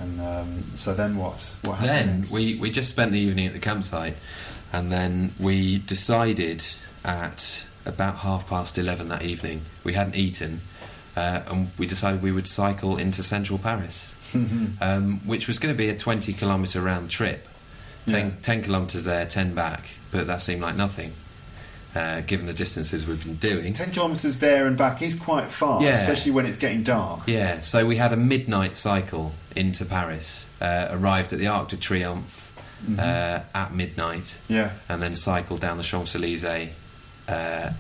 [SPEAKER 2] And um, so then what? What happened?
[SPEAKER 3] Then
[SPEAKER 2] next?
[SPEAKER 3] we we just spent the evening at the campsite, and then we decided at about half past eleven that evening we hadn't eaten, uh, and we decided we would cycle into central Paris, um, which was going to be a twenty kilometre round trip. 10,
[SPEAKER 2] Yeah.
[SPEAKER 3] 10 kilometres there, 10 back, but that seemed like nothing, uh, given the distances we've been doing.
[SPEAKER 2] Ten kilometres there and back is quite far,
[SPEAKER 3] Yeah.
[SPEAKER 2] especially when it's getting dark.
[SPEAKER 3] Yeah, so we had a midnight cycle into Paris, uh, arrived at the Arc de Triomphe
[SPEAKER 2] Mhm.
[SPEAKER 3] uh, at midnight,
[SPEAKER 2] Yeah.
[SPEAKER 3] and then cycled down the Champs Elysees uh,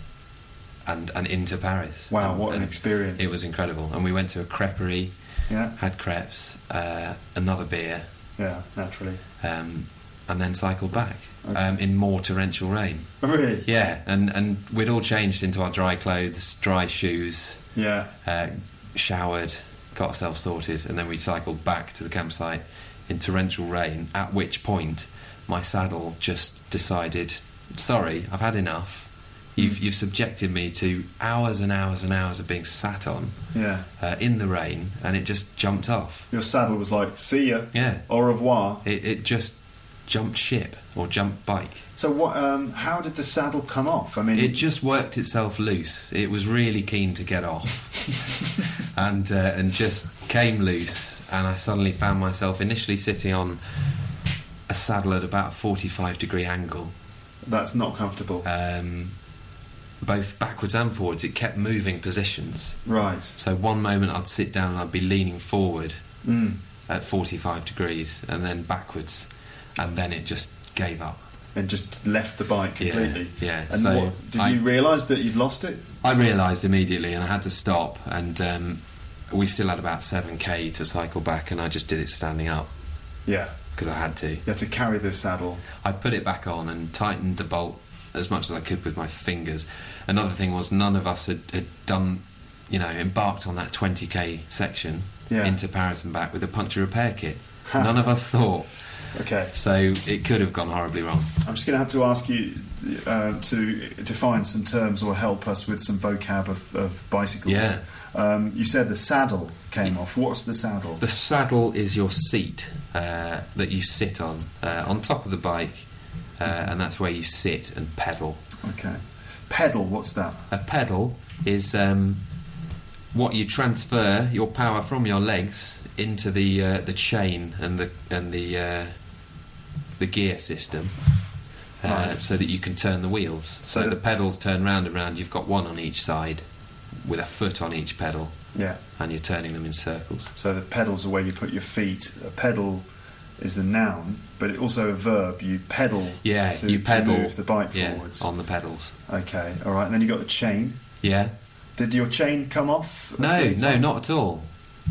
[SPEAKER 3] and, and into Paris.
[SPEAKER 2] Wow,
[SPEAKER 3] And-
[SPEAKER 2] what an
[SPEAKER 3] and
[SPEAKER 2] experience.
[SPEAKER 3] It was incredible. And we went to a creperie,
[SPEAKER 2] Yeah,
[SPEAKER 3] had crepes, uh, another beer,
[SPEAKER 2] yeah, naturally.
[SPEAKER 3] um, and then cycled back
[SPEAKER 2] Okay.
[SPEAKER 3] um, in more torrential rain.
[SPEAKER 2] Really?
[SPEAKER 3] Yeah, and, and we'd all changed into our dry clothes, dry shoes.
[SPEAKER 2] Yeah.
[SPEAKER 3] uh, showered, got ourselves sorted, and then we cycled back to the campsite in torrential rain. At which point, my saddle just decided, "Sorry, I've had enough. You've you've subjected me to hours and hours and hours of being sat on
[SPEAKER 2] Yeah.
[SPEAKER 3] uh, in the rain, and it just jumped off.
[SPEAKER 2] Your saddle was like, see ya,
[SPEAKER 3] Yeah,
[SPEAKER 2] au revoir.
[SPEAKER 3] it, it just jumped ship or jumped bike.
[SPEAKER 2] So what? Um, how did the saddle come off? I mean,
[SPEAKER 3] It just worked itself loose. It was really keen to get off, and uh, and just came loose. And I suddenly found myself initially sitting on a saddle at about a forty-five degree angle,
[SPEAKER 2] that's not comfortable,
[SPEAKER 3] um, both backwards and forwards. It kept moving positions.
[SPEAKER 2] right?
[SPEAKER 3] So one moment I'd sit down and I'd be leaning forward
[SPEAKER 2] Mm.
[SPEAKER 3] at forty-five degrees, and then backwards, and then it just gave up.
[SPEAKER 2] And just left the bike
[SPEAKER 3] Yeah,
[SPEAKER 2] completely.
[SPEAKER 3] yeah.
[SPEAKER 2] And
[SPEAKER 3] So
[SPEAKER 2] what, did
[SPEAKER 3] I-
[SPEAKER 2] you realise that you'd lost it?
[SPEAKER 3] I realised immediately, and I had to stop. And um, we still had about seven k to cycle back, and I just did it standing up
[SPEAKER 2] Yeah.
[SPEAKER 3] because I had to.
[SPEAKER 2] You had to carry the saddle.
[SPEAKER 3] I put it back on and tightened the bolt as much as I could with my fingers. Another thing was none of us had, had done, you know, embarked on that twenty k section
[SPEAKER 2] Yeah.
[SPEAKER 3] into Paris and back with a puncture repair kit.
[SPEAKER 2] Ha.
[SPEAKER 3] none of us thought,
[SPEAKER 2] Okay.
[SPEAKER 3] so it could have gone horribly wrong.
[SPEAKER 2] I'm just going to have to ask you uh, to define some terms or help us with some vocab of, of bicycles.
[SPEAKER 3] Yeah.
[SPEAKER 2] Um, you said the saddle came off. What's the saddle?
[SPEAKER 3] The saddle is your seat uh, that you sit on, uh, on top of the bike, uh, and that's where you sit and pedal.
[SPEAKER 2] okay. Pedal. What's that?
[SPEAKER 3] A pedal is um, what you transfer your power from your legs into the uh, the chain and the and the uh, the gear system, uh,
[SPEAKER 2] Right.
[SPEAKER 3] so that you can turn the wheels. So,
[SPEAKER 2] So-
[SPEAKER 3] the pedals turn round and round. You've got one on each side, with a foot on each pedal,
[SPEAKER 2] Yeah.
[SPEAKER 3] and you're turning them in circles.
[SPEAKER 2] So the pedals are where you put your feet. A pedal is the noun, but it also a verb. You pedal.
[SPEAKER 3] Yeah,
[SPEAKER 2] to,
[SPEAKER 3] you
[SPEAKER 2] to
[SPEAKER 3] pedal
[SPEAKER 2] move the bike
[SPEAKER 3] yeah,
[SPEAKER 2] forwards.
[SPEAKER 3] on the pedals.
[SPEAKER 2] Okay, all right. And then you got a chain.
[SPEAKER 3] Yeah.
[SPEAKER 2] Did your chain come off?
[SPEAKER 3] No, no, not at all.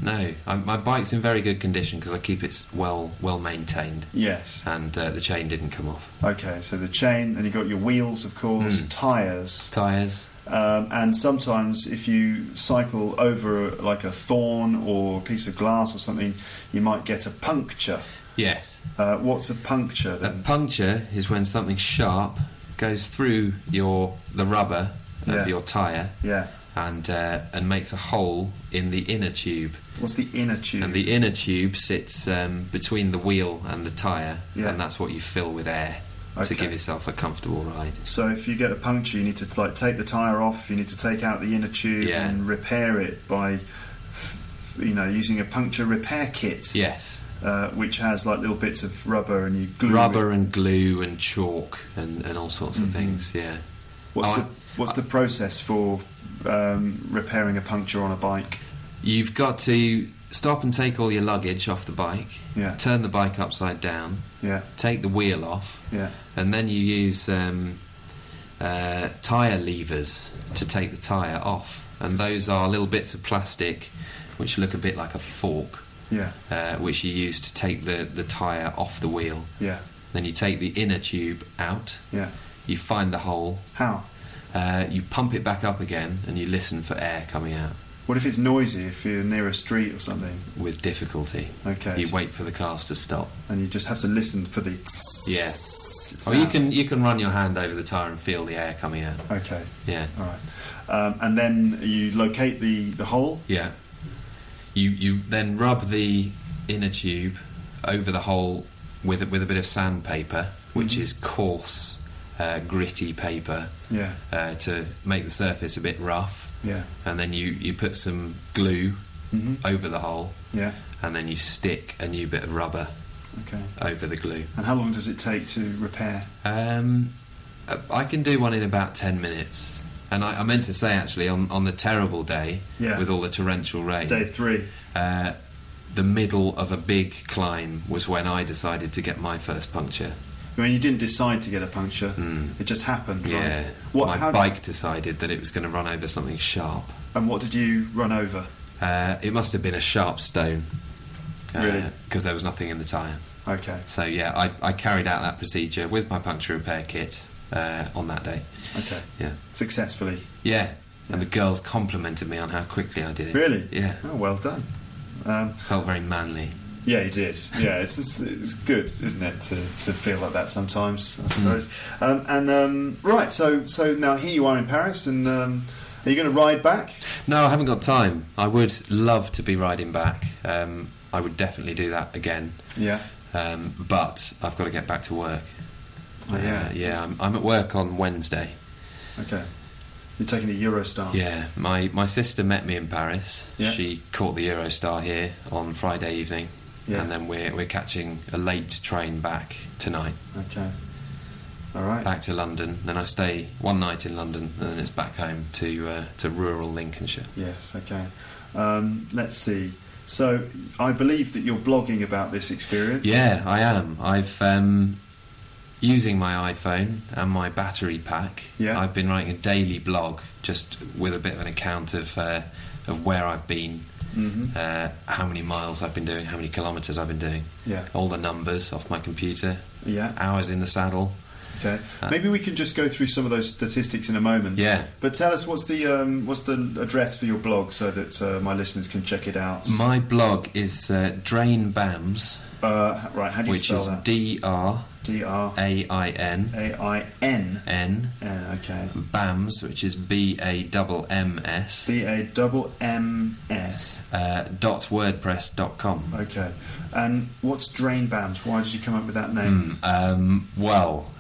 [SPEAKER 3] No, I, my bike's in very good condition because I keep it well well maintained,
[SPEAKER 2] Yes.
[SPEAKER 3] and uh, the chain didn't come off.
[SPEAKER 2] Okay, so the chain, and you got your wheels, of course,
[SPEAKER 3] Mm.
[SPEAKER 2] tires,
[SPEAKER 3] Tires.
[SPEAKER 2] um, and sometimes if you cycle over like a thorn or a piece of glass or something, you might get a puncture.
[SPEAKER 3] Yes.
[SPEAKER 2] Uh, what's a puncture
[SPEAKER 3] A
[SPEAKER 2] then?
[SPEAKER 3] puncture is when something sharp goes through your the rubber of
[SPEAKER 2] Yeah.
[SPEAKER 3] your tire
[SPEAKER 2] yeah.
[SPEAKER 3] and uh, and makes a hole in the inner tube.
[SPEAKER 2] What's the inner tube?
[SPEAKER 3] And the inner tube sits um, between the wheel and the tire,
[SPEAKER 2] Yeah.
[SPEAKER 3] and that's what you fill with air
[SPEAKER 2] Okay.
[SPEAKER 3] to give yourself a comfortable ride.
[SPEAKER 2] so if you get a puncture, you need to like take the tire off. You need to take out the inner tube
[SPEAKER 3] Yeah.
[SPEAKER 2] and repair it by, f- you know, using a puncture repair kit,
[SPEAKER 3] Yes,
[SPEAKER 2] uh, which has like little bits of rubber and you glue. it.
[SPEAKER 3] rubber and glue and chalk and, and all sorts of
[SPEAKER 2] Mhm.
[SPEAKER 3] things. Yeah.
[SPEAKER 2] What's,
[SPEAKER 3] Oh,
[SPEAKER 2] the, what's the process for um, repairing a puncture on a bike?
[SPEAKER 3] You've got to stop and take all your luggage off the bike,
[SPEAKER 2] Yeah,
[SPEAKER 3] turn the bike upside down,
[SPEAKER 2] yeah,
[SPEAKER 3] take the wheel off,
[SPEAKER 2] yeah.
[SPEAKER 3] and then you use um, uh, tire levers to take the tire off. And those are little bits of plastic which look a bit like a fork.
[SPEAKER 2] Yeah,
[SPEAKER 3] uh, which you use to take the, the tyre off the wheel.
[SPEAKER 2] yeah,
[SPEAKER 3] Then you take the inner tube out,
[SPEAKER 2] yeah.
[SPEAKER 3] you find the hole,
[SPEAKER 2] How?
[SPEAKER 3] uh, you pump it back up again, and you listen for air coming out
[SPEAKER 2] What if it's noisy? If you're near a street or something,
[SPEAKER 3] with difficulty.
[SPEAKER 2] okay,
[SPEAKER 3] You wait for the cars to stop.
[SPEAKER 2] and you just have to listen for the.
[SPEAKER 3] Yeah.
[SPEAKER 2] tss
[SPEAKER 3] Or you
[SPEAKER 2] sound.
[SPEAKER 3] can you can run your hand over the tyre and feel the air coming out.
[SPEAKER 2] Okay,
[SPEAKER 3] Yeah,
[SPEAKER 2] all right, um, and then you locate the the hole.
[SPEAKER 3] yeah. You you then rub the inner tube over the hole with a- with a bit of sandpaper, which
[SPEAKER 2] Mhm.
[SPEAKER 3] is coarse, uh, gritty paper.
[SPEAKER 2] Yeah,
[SPEAKER 3] uh, to make the surface a bit rough,
[SPEAKER 2] yeah,
[SPEAKER 3] and then you, you put some glue
[SPEAKER 2] hmm
[SPEAKER 3] over the hole,
[SPEAKER 2] yeah.
[SPEAKER 3] and then you stick a new bit of rubber
[SPEAKER 2] Okay.
[SPEAKER 3] over the glue.
[SPEAKER 2] And how long does it take to repair?
[SPEAKER 3] Um, uh, I can do one in about 10 minutes. And I, I meant to say, actually, on, on the terrible day
[SPEAKER 2] Yeah.
[SPEAKER 3] with all the torrential rain,
[SPEAKER 2] Day three.
[SPEAKER 3] uh, the middle of a big climb was when I decided to get my first puncture.
[SPEAKER 2] I mean, you didn't decide to get a puncture.
[SPEAKER 3] Mm.
[SPEAKER 2] It just happened. right?
[SPEAKER 3] Yeah.
[SPEAKER 2] What?
[SPEAKER 3] my
[SPEAKER 2] how?
[SPEAKER 3] bike decided that it was going to run over something sharp.
[SPEAKER 2] And what did you run over?
[SPEAKER 3] Uh, it must have been a sharp stone.
[SPEAKER 2] Really?
[SPEAKER 3] Because there was nothing in the tyre.
[SPEAKER 2] Okay.
[SPEAKER 3] So, yeah, I, I carried out that procedure with my puncture repair kit uh, on that day.
[SPEAKER 2] Okay.
[SPEAKER 3] Yeah.
[SPEAKER 2] Successfully.
[SPEAKER 3] Yeah.
[SPEAKER 2] Yeah.
[SPEAKER 3] And the girls complimented me on how quickly I did it.
[SPEAKER 2] Really?
[SPEAKER 3] Yeah.
[SPEAKER 2] Oh, well done. Um,
[SPEAKER 3] Felt very manly.
[SPEAKER 2] yeah, you did. Yeah, it's, it's, it's good, isn't it, to, to feel like that sometimes,
[SPEAKER 3] Hmm.
[SPEAKER 2] I suppose. Um, and, um, right, so, so now here you are in Paris, and um, are you going to ride back?
[SPEAKER 3] No, I haven't got time. I would love to be riding back. Um, I would definitely do that again.
[SPEAKER 2] Yeah.
[SPEAKER 3] Um, but I've got to get back to work.
[SPEAKER 2] Oh, yeah.
[SPEAKER 3] Uh, yeah, I'm, I'm at work on Wednesday.
[SPEAKER 2] Okay. You're taking the Eurostar.
[SPEAKER 3] Yeah, my, my sister met me in Paris.
[SPEAKER 2] Oh. Yeah.
[SPEAKER 3] She caught the Eurostar here on Friday evening,
[SPEAKER 2] Yeah.
[SPEAKER 3] and then we're, we're catching a late train back tonight,
[SPEAKER 2] Okay. All right.
[SPEAKER 3] back to London. Then I stay one night in London, and then it's back home to uh, to rural Lincolnshire.
[SPEAKER 2] Yes, okay. Um, let's see. So I believe that you're blogging about this experience.
[SPEAKER 3] Yeah, I am. I've um, using my iPhone and my battery pack.
[SPEAKER 2] Yeah.
[SPEAKER 3] I've been writing a daily blog, just with a bit of an account of uh, of where I've been,
[SPEAKER 2] hmm
[SPEAKER 3] uh, how many miles I've been doing, how many kilometres I've been doing.
[SPEAKER 2] Yeah.
[SPEAKER 3] all the numbers off my computer,
[SPEAKER 2] Yeah.
[SPEAKER 3] hours in the saddle.
[SPEAKER 2] Okay.
[SPEAKER 3] Uh,
[SPEAKER 2] Maybe we can just go through some of those statistics in a moment.
[SPEAKER 3] Yeah.
[SPEAKER 2] But tell us what's the um, what's the address for your blog so that uh, my listeners can check it out.
[SPEAKER 3] My blog is uh, Drain Bams,
[SPEAKER 2] Uh, right. How do you
[SPEAKER 3] which
[SPEAKER 2] spell
[SPEAKER 3] is
[SPEAKER 2] that?
[SPEAKER 3] D R
[SPEAKER 2] D R
[SPEAKER 3] A I N
[SPEAKER 2] A I N
[SPEAKER 3] N
[SPEAKER 2] N. Okay.
[SPEAKER 3] Bams, which is B A double M S
[SPEAKER 2] B A double M S.
[SPEAKER 3] uh, dot wordpress.com.
[SPEAKER 2] Okay. And what's drain bams? Why did you come up with that name?
[SPEAKER 3] Mm, um, well,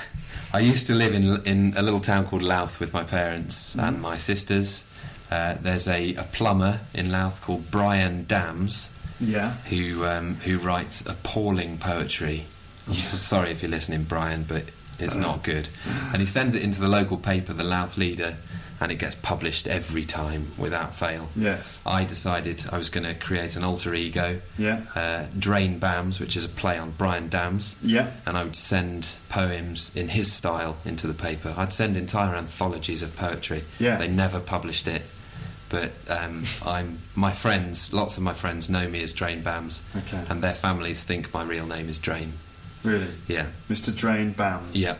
[SPEAKER 3] I used to live in in a little town called Louth with my parents and my sisters. Uh, there's a, a plumber in Louth called Brian Dams.
[SPEAKER 2] Yeah.
[SPEAKER 3] who um, who writes appalling poetry. I'm so sorry if you're listening, Brian, but it's not good. And he sends it into the local paper, the Louth Leader, and it gets published every time without fail.
[SPEAKER 2] Yes.
[SPEAKER 3] I decided I was going to create an alter ego,
[SPEAKER 2] Yeah.
[SPEAKER 3] uh, Drain Bams, which is a play on Brian Dams,
[SPEAKER 2] Yeah.
[SPEAKER 3] and I would send poems in his style into the paper. I'd send entire anthologies of poetry.
[SPEAKER 2] Yeah.
[SPEAKER 3] They never published it, but um, I'm my friends, lots of my friends know me as Drain Bams,
[SPEAKER 2] Okay.
[SPEAKER 3] and their families think my real name is Drain.
[SPEAKER 2] Really.
[SPEAKER 3] Yeah,
[SPEAKER 2] Mr. Drain Bams.
[SPEAKER 3] yeah,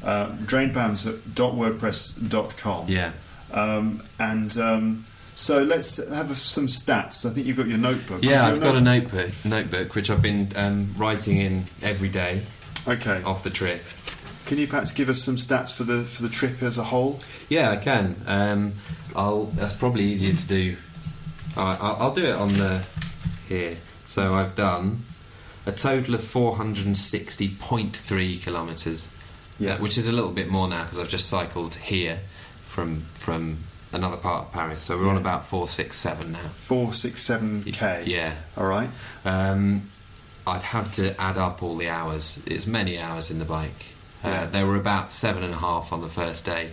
[SPEAKER 2] Uh, drainbams.wordpress.com.
[SPEAKER 3] yeah.
[SPEAKER 2] Um, and um, so let's have some stats. I think you've got your notebook.
[SPEAKER 3] Yeah,
[SPEAKER 2] Have
[SPEAKER 3] I've
[SPEAKER 2] you
[SPEAKER 3] got a notebook, notebook which I've been um, writing in every day
[SPEAKER 2] Okay.
[SPEAKER 3] of the trip.
[SPEAKER 2] Can you perhaps give us some stats for the for the trip as a whole?
[SPEAKER 3] Yeah, I can. Um, I'll. That's probably easier to do. I I'll, I'll do it on the here. So I've done a total of 460.3 kilometres. uh, which is a little bit more now because I've just cycled here from from another part of Paris. So we're on
[SPEAKER 2] Yeah.
[SPEAKER 3] about 467 now.
[SPEAKER 2] Four six seven k.
[SPEAKER 3] Yeah.
[SPEAKER 2] All right.
[SPEAKER 3] Um, I'd have to add up all the hours. It's many hours in the bike. Uh,
[SPEAKER 2] Yeah.
[SPEAKER 3] There were about seven and a half on the first day,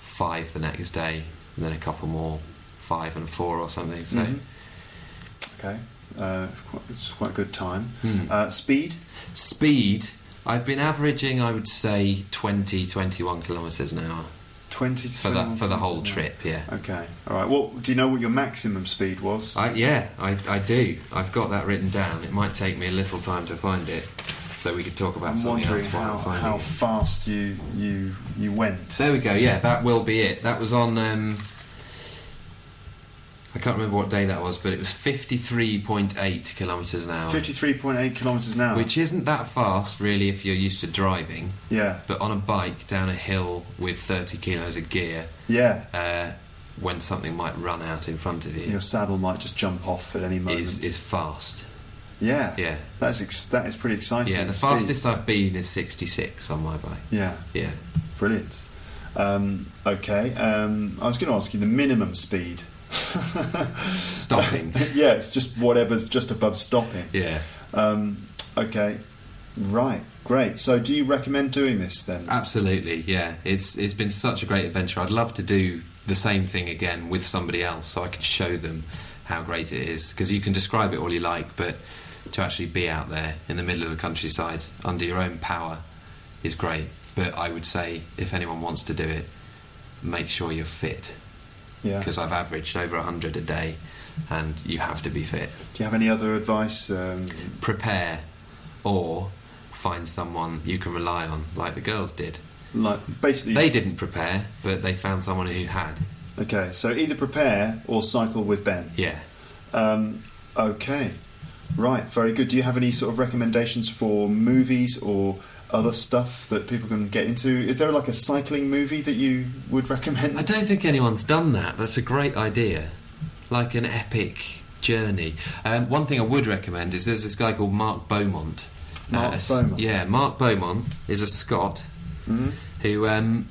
[SPEAKER 3] five the next day, and then a couple more, five and four or something. So
[SPEAKER 2] Mhm. Okay. Uh, quite, it's quite a good time.
[SPEAKER 3] Hmm.
[SPEAKER 2] Uh, speed.
[SPEAKER 3] speed, I've been averaging, I would say, 20, 21 kilometres an hour
[SPEAKER 2] Twenty
[SPEAKER 3] for that for the whole trip. Yeah.
[SPEAKER 2] Okay. All right. Well, do you know what your maximum speed was?
[SPEAKER 3] I, yeah, I, I do. I've got that written down. It might take me a little time to find it, so we could talk about
[SPEAKER 2] I'm
[SPEAKER 3] something
[SPEAKER 2] wondering
[SPEAKER 3] else while
[SPEAKER 2] how,
[SPEAKER 3] I'm finding
[SPEAKER 2] how
[SPEAKER 3] it.
[SPEAKER 2] fast you you you went.
[SPEAKER 3] There we go. Yeah, that will be it. That was on. Um, I can't remember what day that was, but it was fifty-three point eight kilometres an hour,
[SPEAKER 2] Fifty-three point eight kilometers an hour.
[SPEAKER 3] which isn't that fast, really, if you're used to driving.
[SPEAKER 2] yeah,
[SPEAKER 3] But on a bike down a hill with thirty kilos of gear,
[SPEAKER 2] yeah.
[SPEAKER 3] uh, when something might run out in front of you,
[SPEAKER 2] Your saddle might just jump off at any moment.
[SPEAKER 3] is is fast.
[SPEAKER 2] yeah,
[SPEAKER 3] Yeah,
[SPEAKER 2] That's ex- that is pretty exciting.
[SPEAKER 3] yeah. The
[SPEAKER 2] Speed.
[SPEAKER 3] fastest I've been is sixty-six on my bike.
[SPEAKER 2] Yeah,
[SPEAKER 3] Yeah.
[SPEAKER 2] brilliant. Um, okay, um, I was going to ask you the minimum speed.
[SPEAKER 3] Stopping.
[SPEAKER 2] yeah, it's just whatever's just above stopping.
[SPEAKER 3] yeah.
[SPEAKER 2] Um, okay, right, great. So, do you recommend doing this then?
[SPEAKER 3] Uh, Absolutely, yeah. It's it's been such a great adventure. I'd love to do the same thing again with somebody else, so I can show them how great it is. Because you can describe it all you like, but to actually be out there in the middle of the countryside under your own power is great. But I would say if anyone wants to do it, make sure you're fit.
[SPEAKER 2] yeah. Do
[SPEAKER 3] Because I've averaged over hundred a day, and you have to be fit.
[SPEAKER 2] you have any other advice? Um,
[SPEAKER 3] Prepare, or find someone you can rely on, like the girls did.
[SPEAKER 2] like basically,
[SPEAKER 3] They didn't prepare, but they found someone who had.
[SPEAKER 2] okay. So either prepare or cycle with Ben.
[SPEAKER 3] Yeah.
[SPEAKER 2] Um, okay, right, very good. Do you have any sort of recommendations for movies or other stuff that people can get into? Is there like a cycling movie that you would recommend?
[SPEAKER 3] I don't think anyone's done that. That's a great idea. Like an epic journey. Um, one thing I would recommend is there's this guy called Mark Beaumont. Uh,
[SPEAKER 2] Mark
[SPEAKER 3] a s-
[SPEAKER 2] Beaumont.
[SPEAKER 3] Yeah, Mark Beaumont is a Scot
[SPEAKER 2] Mhm.
[SPEAKER 3] who um,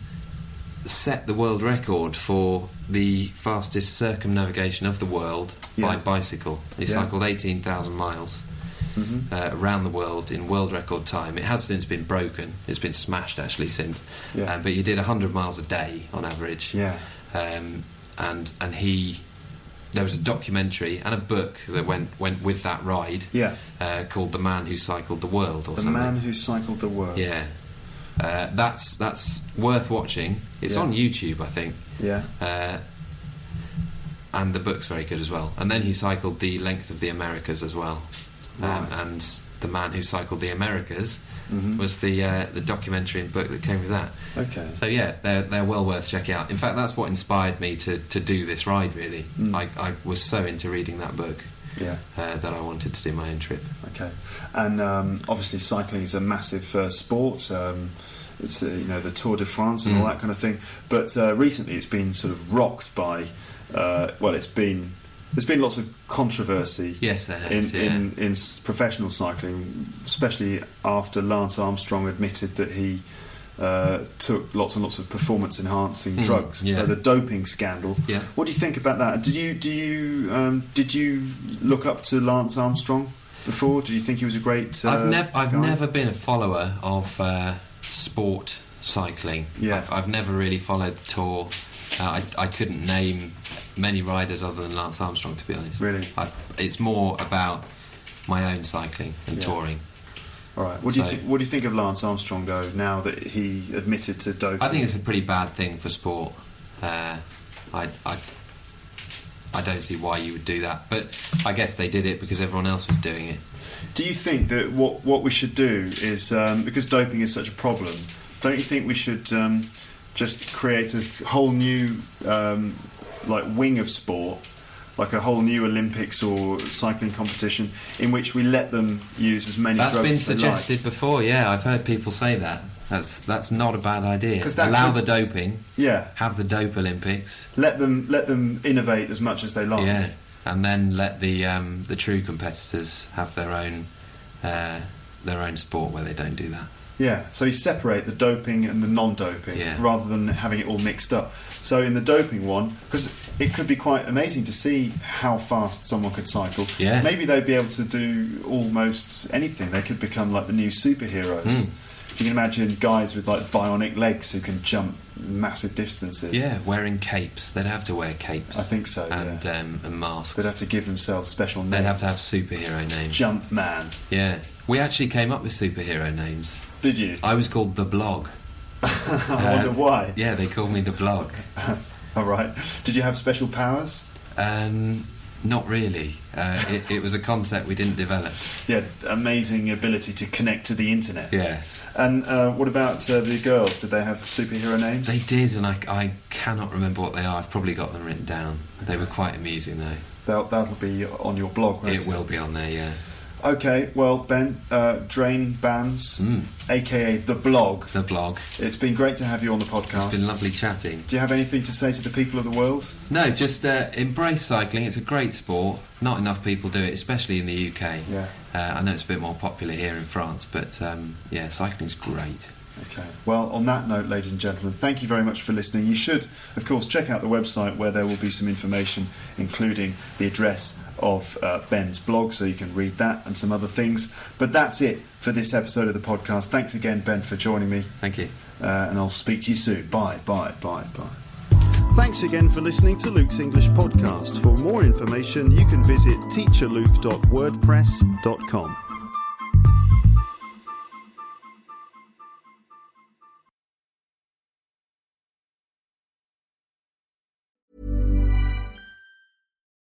[SPEAKER 3] set the world record for the fastest circumnavigation of the world by
[SPEAKER 2] Yeah.
[SPEAKER 3] bicycle. He
[SPEAKER 2] Yeah.
[SPEAKER 3] cycled 18,000 miles.
[SPEAKER 2] Mhm.
[SPEAKER 3] uh, around the world in world record time. It has since been broken. It's been smashed actually since.
[SPEAKER 2] Yeah.
[SPEAKER 3] Uh, but you did 100 miles a day on average.
[SPEAKER 2] Yeah,
[SPEAKER 3] Um, and and he there was a documentary and a book that went went with that ride
[SPEAKER 2] yeah.
[SPEAKER 3] uh, called The Man Who Cycled the World or
[SPEAKER 2] The
[SPEAKER 3] something.
[SPEAKER 2] Man Who Cycled the World.
[SPEAKER 3] yeah. Uh, that's that's worth watching. It's
[SPEAKER 2] Yeah.
[SPEAKER 3] on YouTube, I think.
[SPEAKER 2] Yeah.
[SPEAKER 3] Uh, and the book's very good as well. And then he cycled the length of the Americas as well. Um,
[SPEAKER 2] Right.
[SPEAKER 3] and the man who cycled the Americas
[SPEAKER 2] Mhm.
[SPEAKER 3] was the uh, the documentary and book that came with that.
[SPEAKER 2] Okay.
[SPEAKER 3] So yeah, they're they're well worth checking out. In fact, that's what inspired me to, to do this ride. Really,
[SPEAKER 2] Mm.
[SPEAKER 3] I, I was so into reading that book
[SPEAKER 2] Yeah.
[SPEAKER 3] uh, that I wanted to do my own trip.
[SPEAKER 2] Okay. And um, obviously, cycling is a massive uh, sport. Um, it's uh, you know the Tour de France and all
[SPEAKER 3] Mm.
[SPEAKER 2] that kind of thing. But uh, recently, it's been sort of rocked by. Uh, well, it's been there's been lots of controversy
[SPEAKER 3] Yes, there has,
[SPEAKER 2] in,
[SPEAKER 3] yeah.
[SPEAKER 2] in, in s- professional cycling, especially after Lance Armstrong admitted that he uh, took lots and lots of performance enhancing
[SPEAKER 3] Mm,
[SPEAKER 2] drugs.
[SPEAKER 3] yeah.
[SPEAKER 2] So the doping scandal.
[SPEAKER 3] yeah.
[SPEAKER 2] What do you think about that? Did you do you um, did you look up to Lance Armstrong before? Did you think he was a great? Uh,
[SPEAKER 3] I've never I've
[SPEAKER 2] guy?
[SPEAKER 3] never been a follower of uh, sport cycling.
[SPEAKER 2] Yeah.
[SPEAKER 3] I've, I've never really followed the tour. Uh, I, I couldn't name many riders other than Lance Armstrong, to be honest.
[SPEAKER 2] Really?
[SPEAKER 3] I, it's more about my own cycling and
[SPEAKER 2] Yeah.
[SPEAKER 3] touring.
[SPEAKER 2] All right. What do you
[SPEAKER 3] So-
[SPEAKER 2] thi- What do you think of Lance Armstrong though? Now that he admitted to doping,
[SPEAKER 3] I think it's a pretty bad thing for sport. Uh, I, I, I don't see why you would do that, but I guess they did it because everyone else was doing it.
[SPEAKER 2] Do you think that what what we should do is um, because doping is such a problem? Don't you think we should um, just create a whole new um, like wing of sport, like a whole new Olympics or cycling competition in which we let them use as many
[SPEAKER 3] That's
[SPEAKER 2] drugs
[SPEAKER 3] been
[SPEAKER 2] as they
[SPEAKER 3] suggested before. Yeah, I've heard people say that. That's that's not a bad idea.
[SPEAKER 2] 'Cause that
[SPEAKER 3] Allow
[SPEAKER 2] could-
[SPEAKER 3] the doping.
[SPEAKER 2] like. Yeah,
[SPEAKER 3] Have the dope Olympics.
[SPEAKER 2] let them let them innovate as much as they like.
[SPEAKER 3] Yeah, and then let the um, the true competitors have their own uh, their own sport where they don't do that.
[SPEAKER 2] Yeah, so you separate the doping and the non-doping
[SPEAKER 3] Yeah.
[SPEAKER 2] rather than having it all mixed up. So in the doping one, because it could be quite amazing to see how fast someone could cycle.
[SPEAKER 3] Yeah.
[SPEAKER 2] Maybe they'd be able to do almost anything. They could become like the new superheroes.
[SPEAKER 3] Mm.
[SPEAKER 2] You can imagine guys with like bionic legs who can jump massive distances.
[SPEAKER 3] Yeah, wearing capes. They'd have to wear capes
[SPEAKER 2] I think so.
[SPEAKER 3] and
[SPEAKER 2] yeah.
[SPEAKER 3] um, and masks.
[SPEAKER 2] They'd have to give themselves special names.
[SPEAKER 3] They'd have to have superhero names.
[SPEAKER 2] Jump Man.
[SPEAKER 3] Yeah, we actually came up with superhero names.
[SPEAKER 2] Did you?
[SPEAKER 3] I was called the Blog.
[SPEAKER 2] I wonder why.
[SPEAKER 3] Uh, Yeah, they called me the Blog.
[SPEAKER 2] All right. Did you have special powers?
[SPEAKER 3] Um, not really. Uh, it, it was a concept we didn't develop.
[SPEAKER 2] Yeah, amazing ability to connect to the internet.
[SPEAKER 3] Yeah,
[SPEAKER 2] And uh, what about uh, the girls? Did they have superhero names?
[SPEAKER 3] they did, and I, I cannot remember what they are. I've probably got them written down. They were quite amusing though.
[SPEAKER 2] That'll, that'll be on your blog, won't
[SPEAKER 3] It will be on there, yeah.
[SPEAKER 2] Okay, well, Ben, uh, Drain Bams,
[SPEAKER 3] Mm.
[SPEAKER 2] aka The Blog,
[SPEAKER 3] The blog.
[SPEAKER 2] it's been great to have you on the podcast.
[SPEAKER 3] It's been lovely chatting.
[SPEAKER 2] Do you have anything to say to the people of the world?
[SPEAKER 3] No, just uh, embrace cycling. It's a great sport. Not enough people do it, especially in the UK.
[SPEAKER 2] Yeah.
[SPEAKER 3] Uh, I know it's a bit more popular here in France, but um, yeah, cycling's great.
[SPEAKER 2] Okay. Well, on that note, ladies and gentlemen, thank you very much for listening. You should, of course, check out the website where there will be some information, including the address of uh, Ben's blog, so you can read that and some other things. But that's it for this episode of the podcast. Thanks again, Ben, for joining me,
[SPEAKER 3] Thank you.
[SPEAKER 2] uh, and I'll speak to you soon. Bye, bye, bye, bye. Thanks again for listening to Luke's English podcast. For more information, you can visit teacherluke.wordpress.com.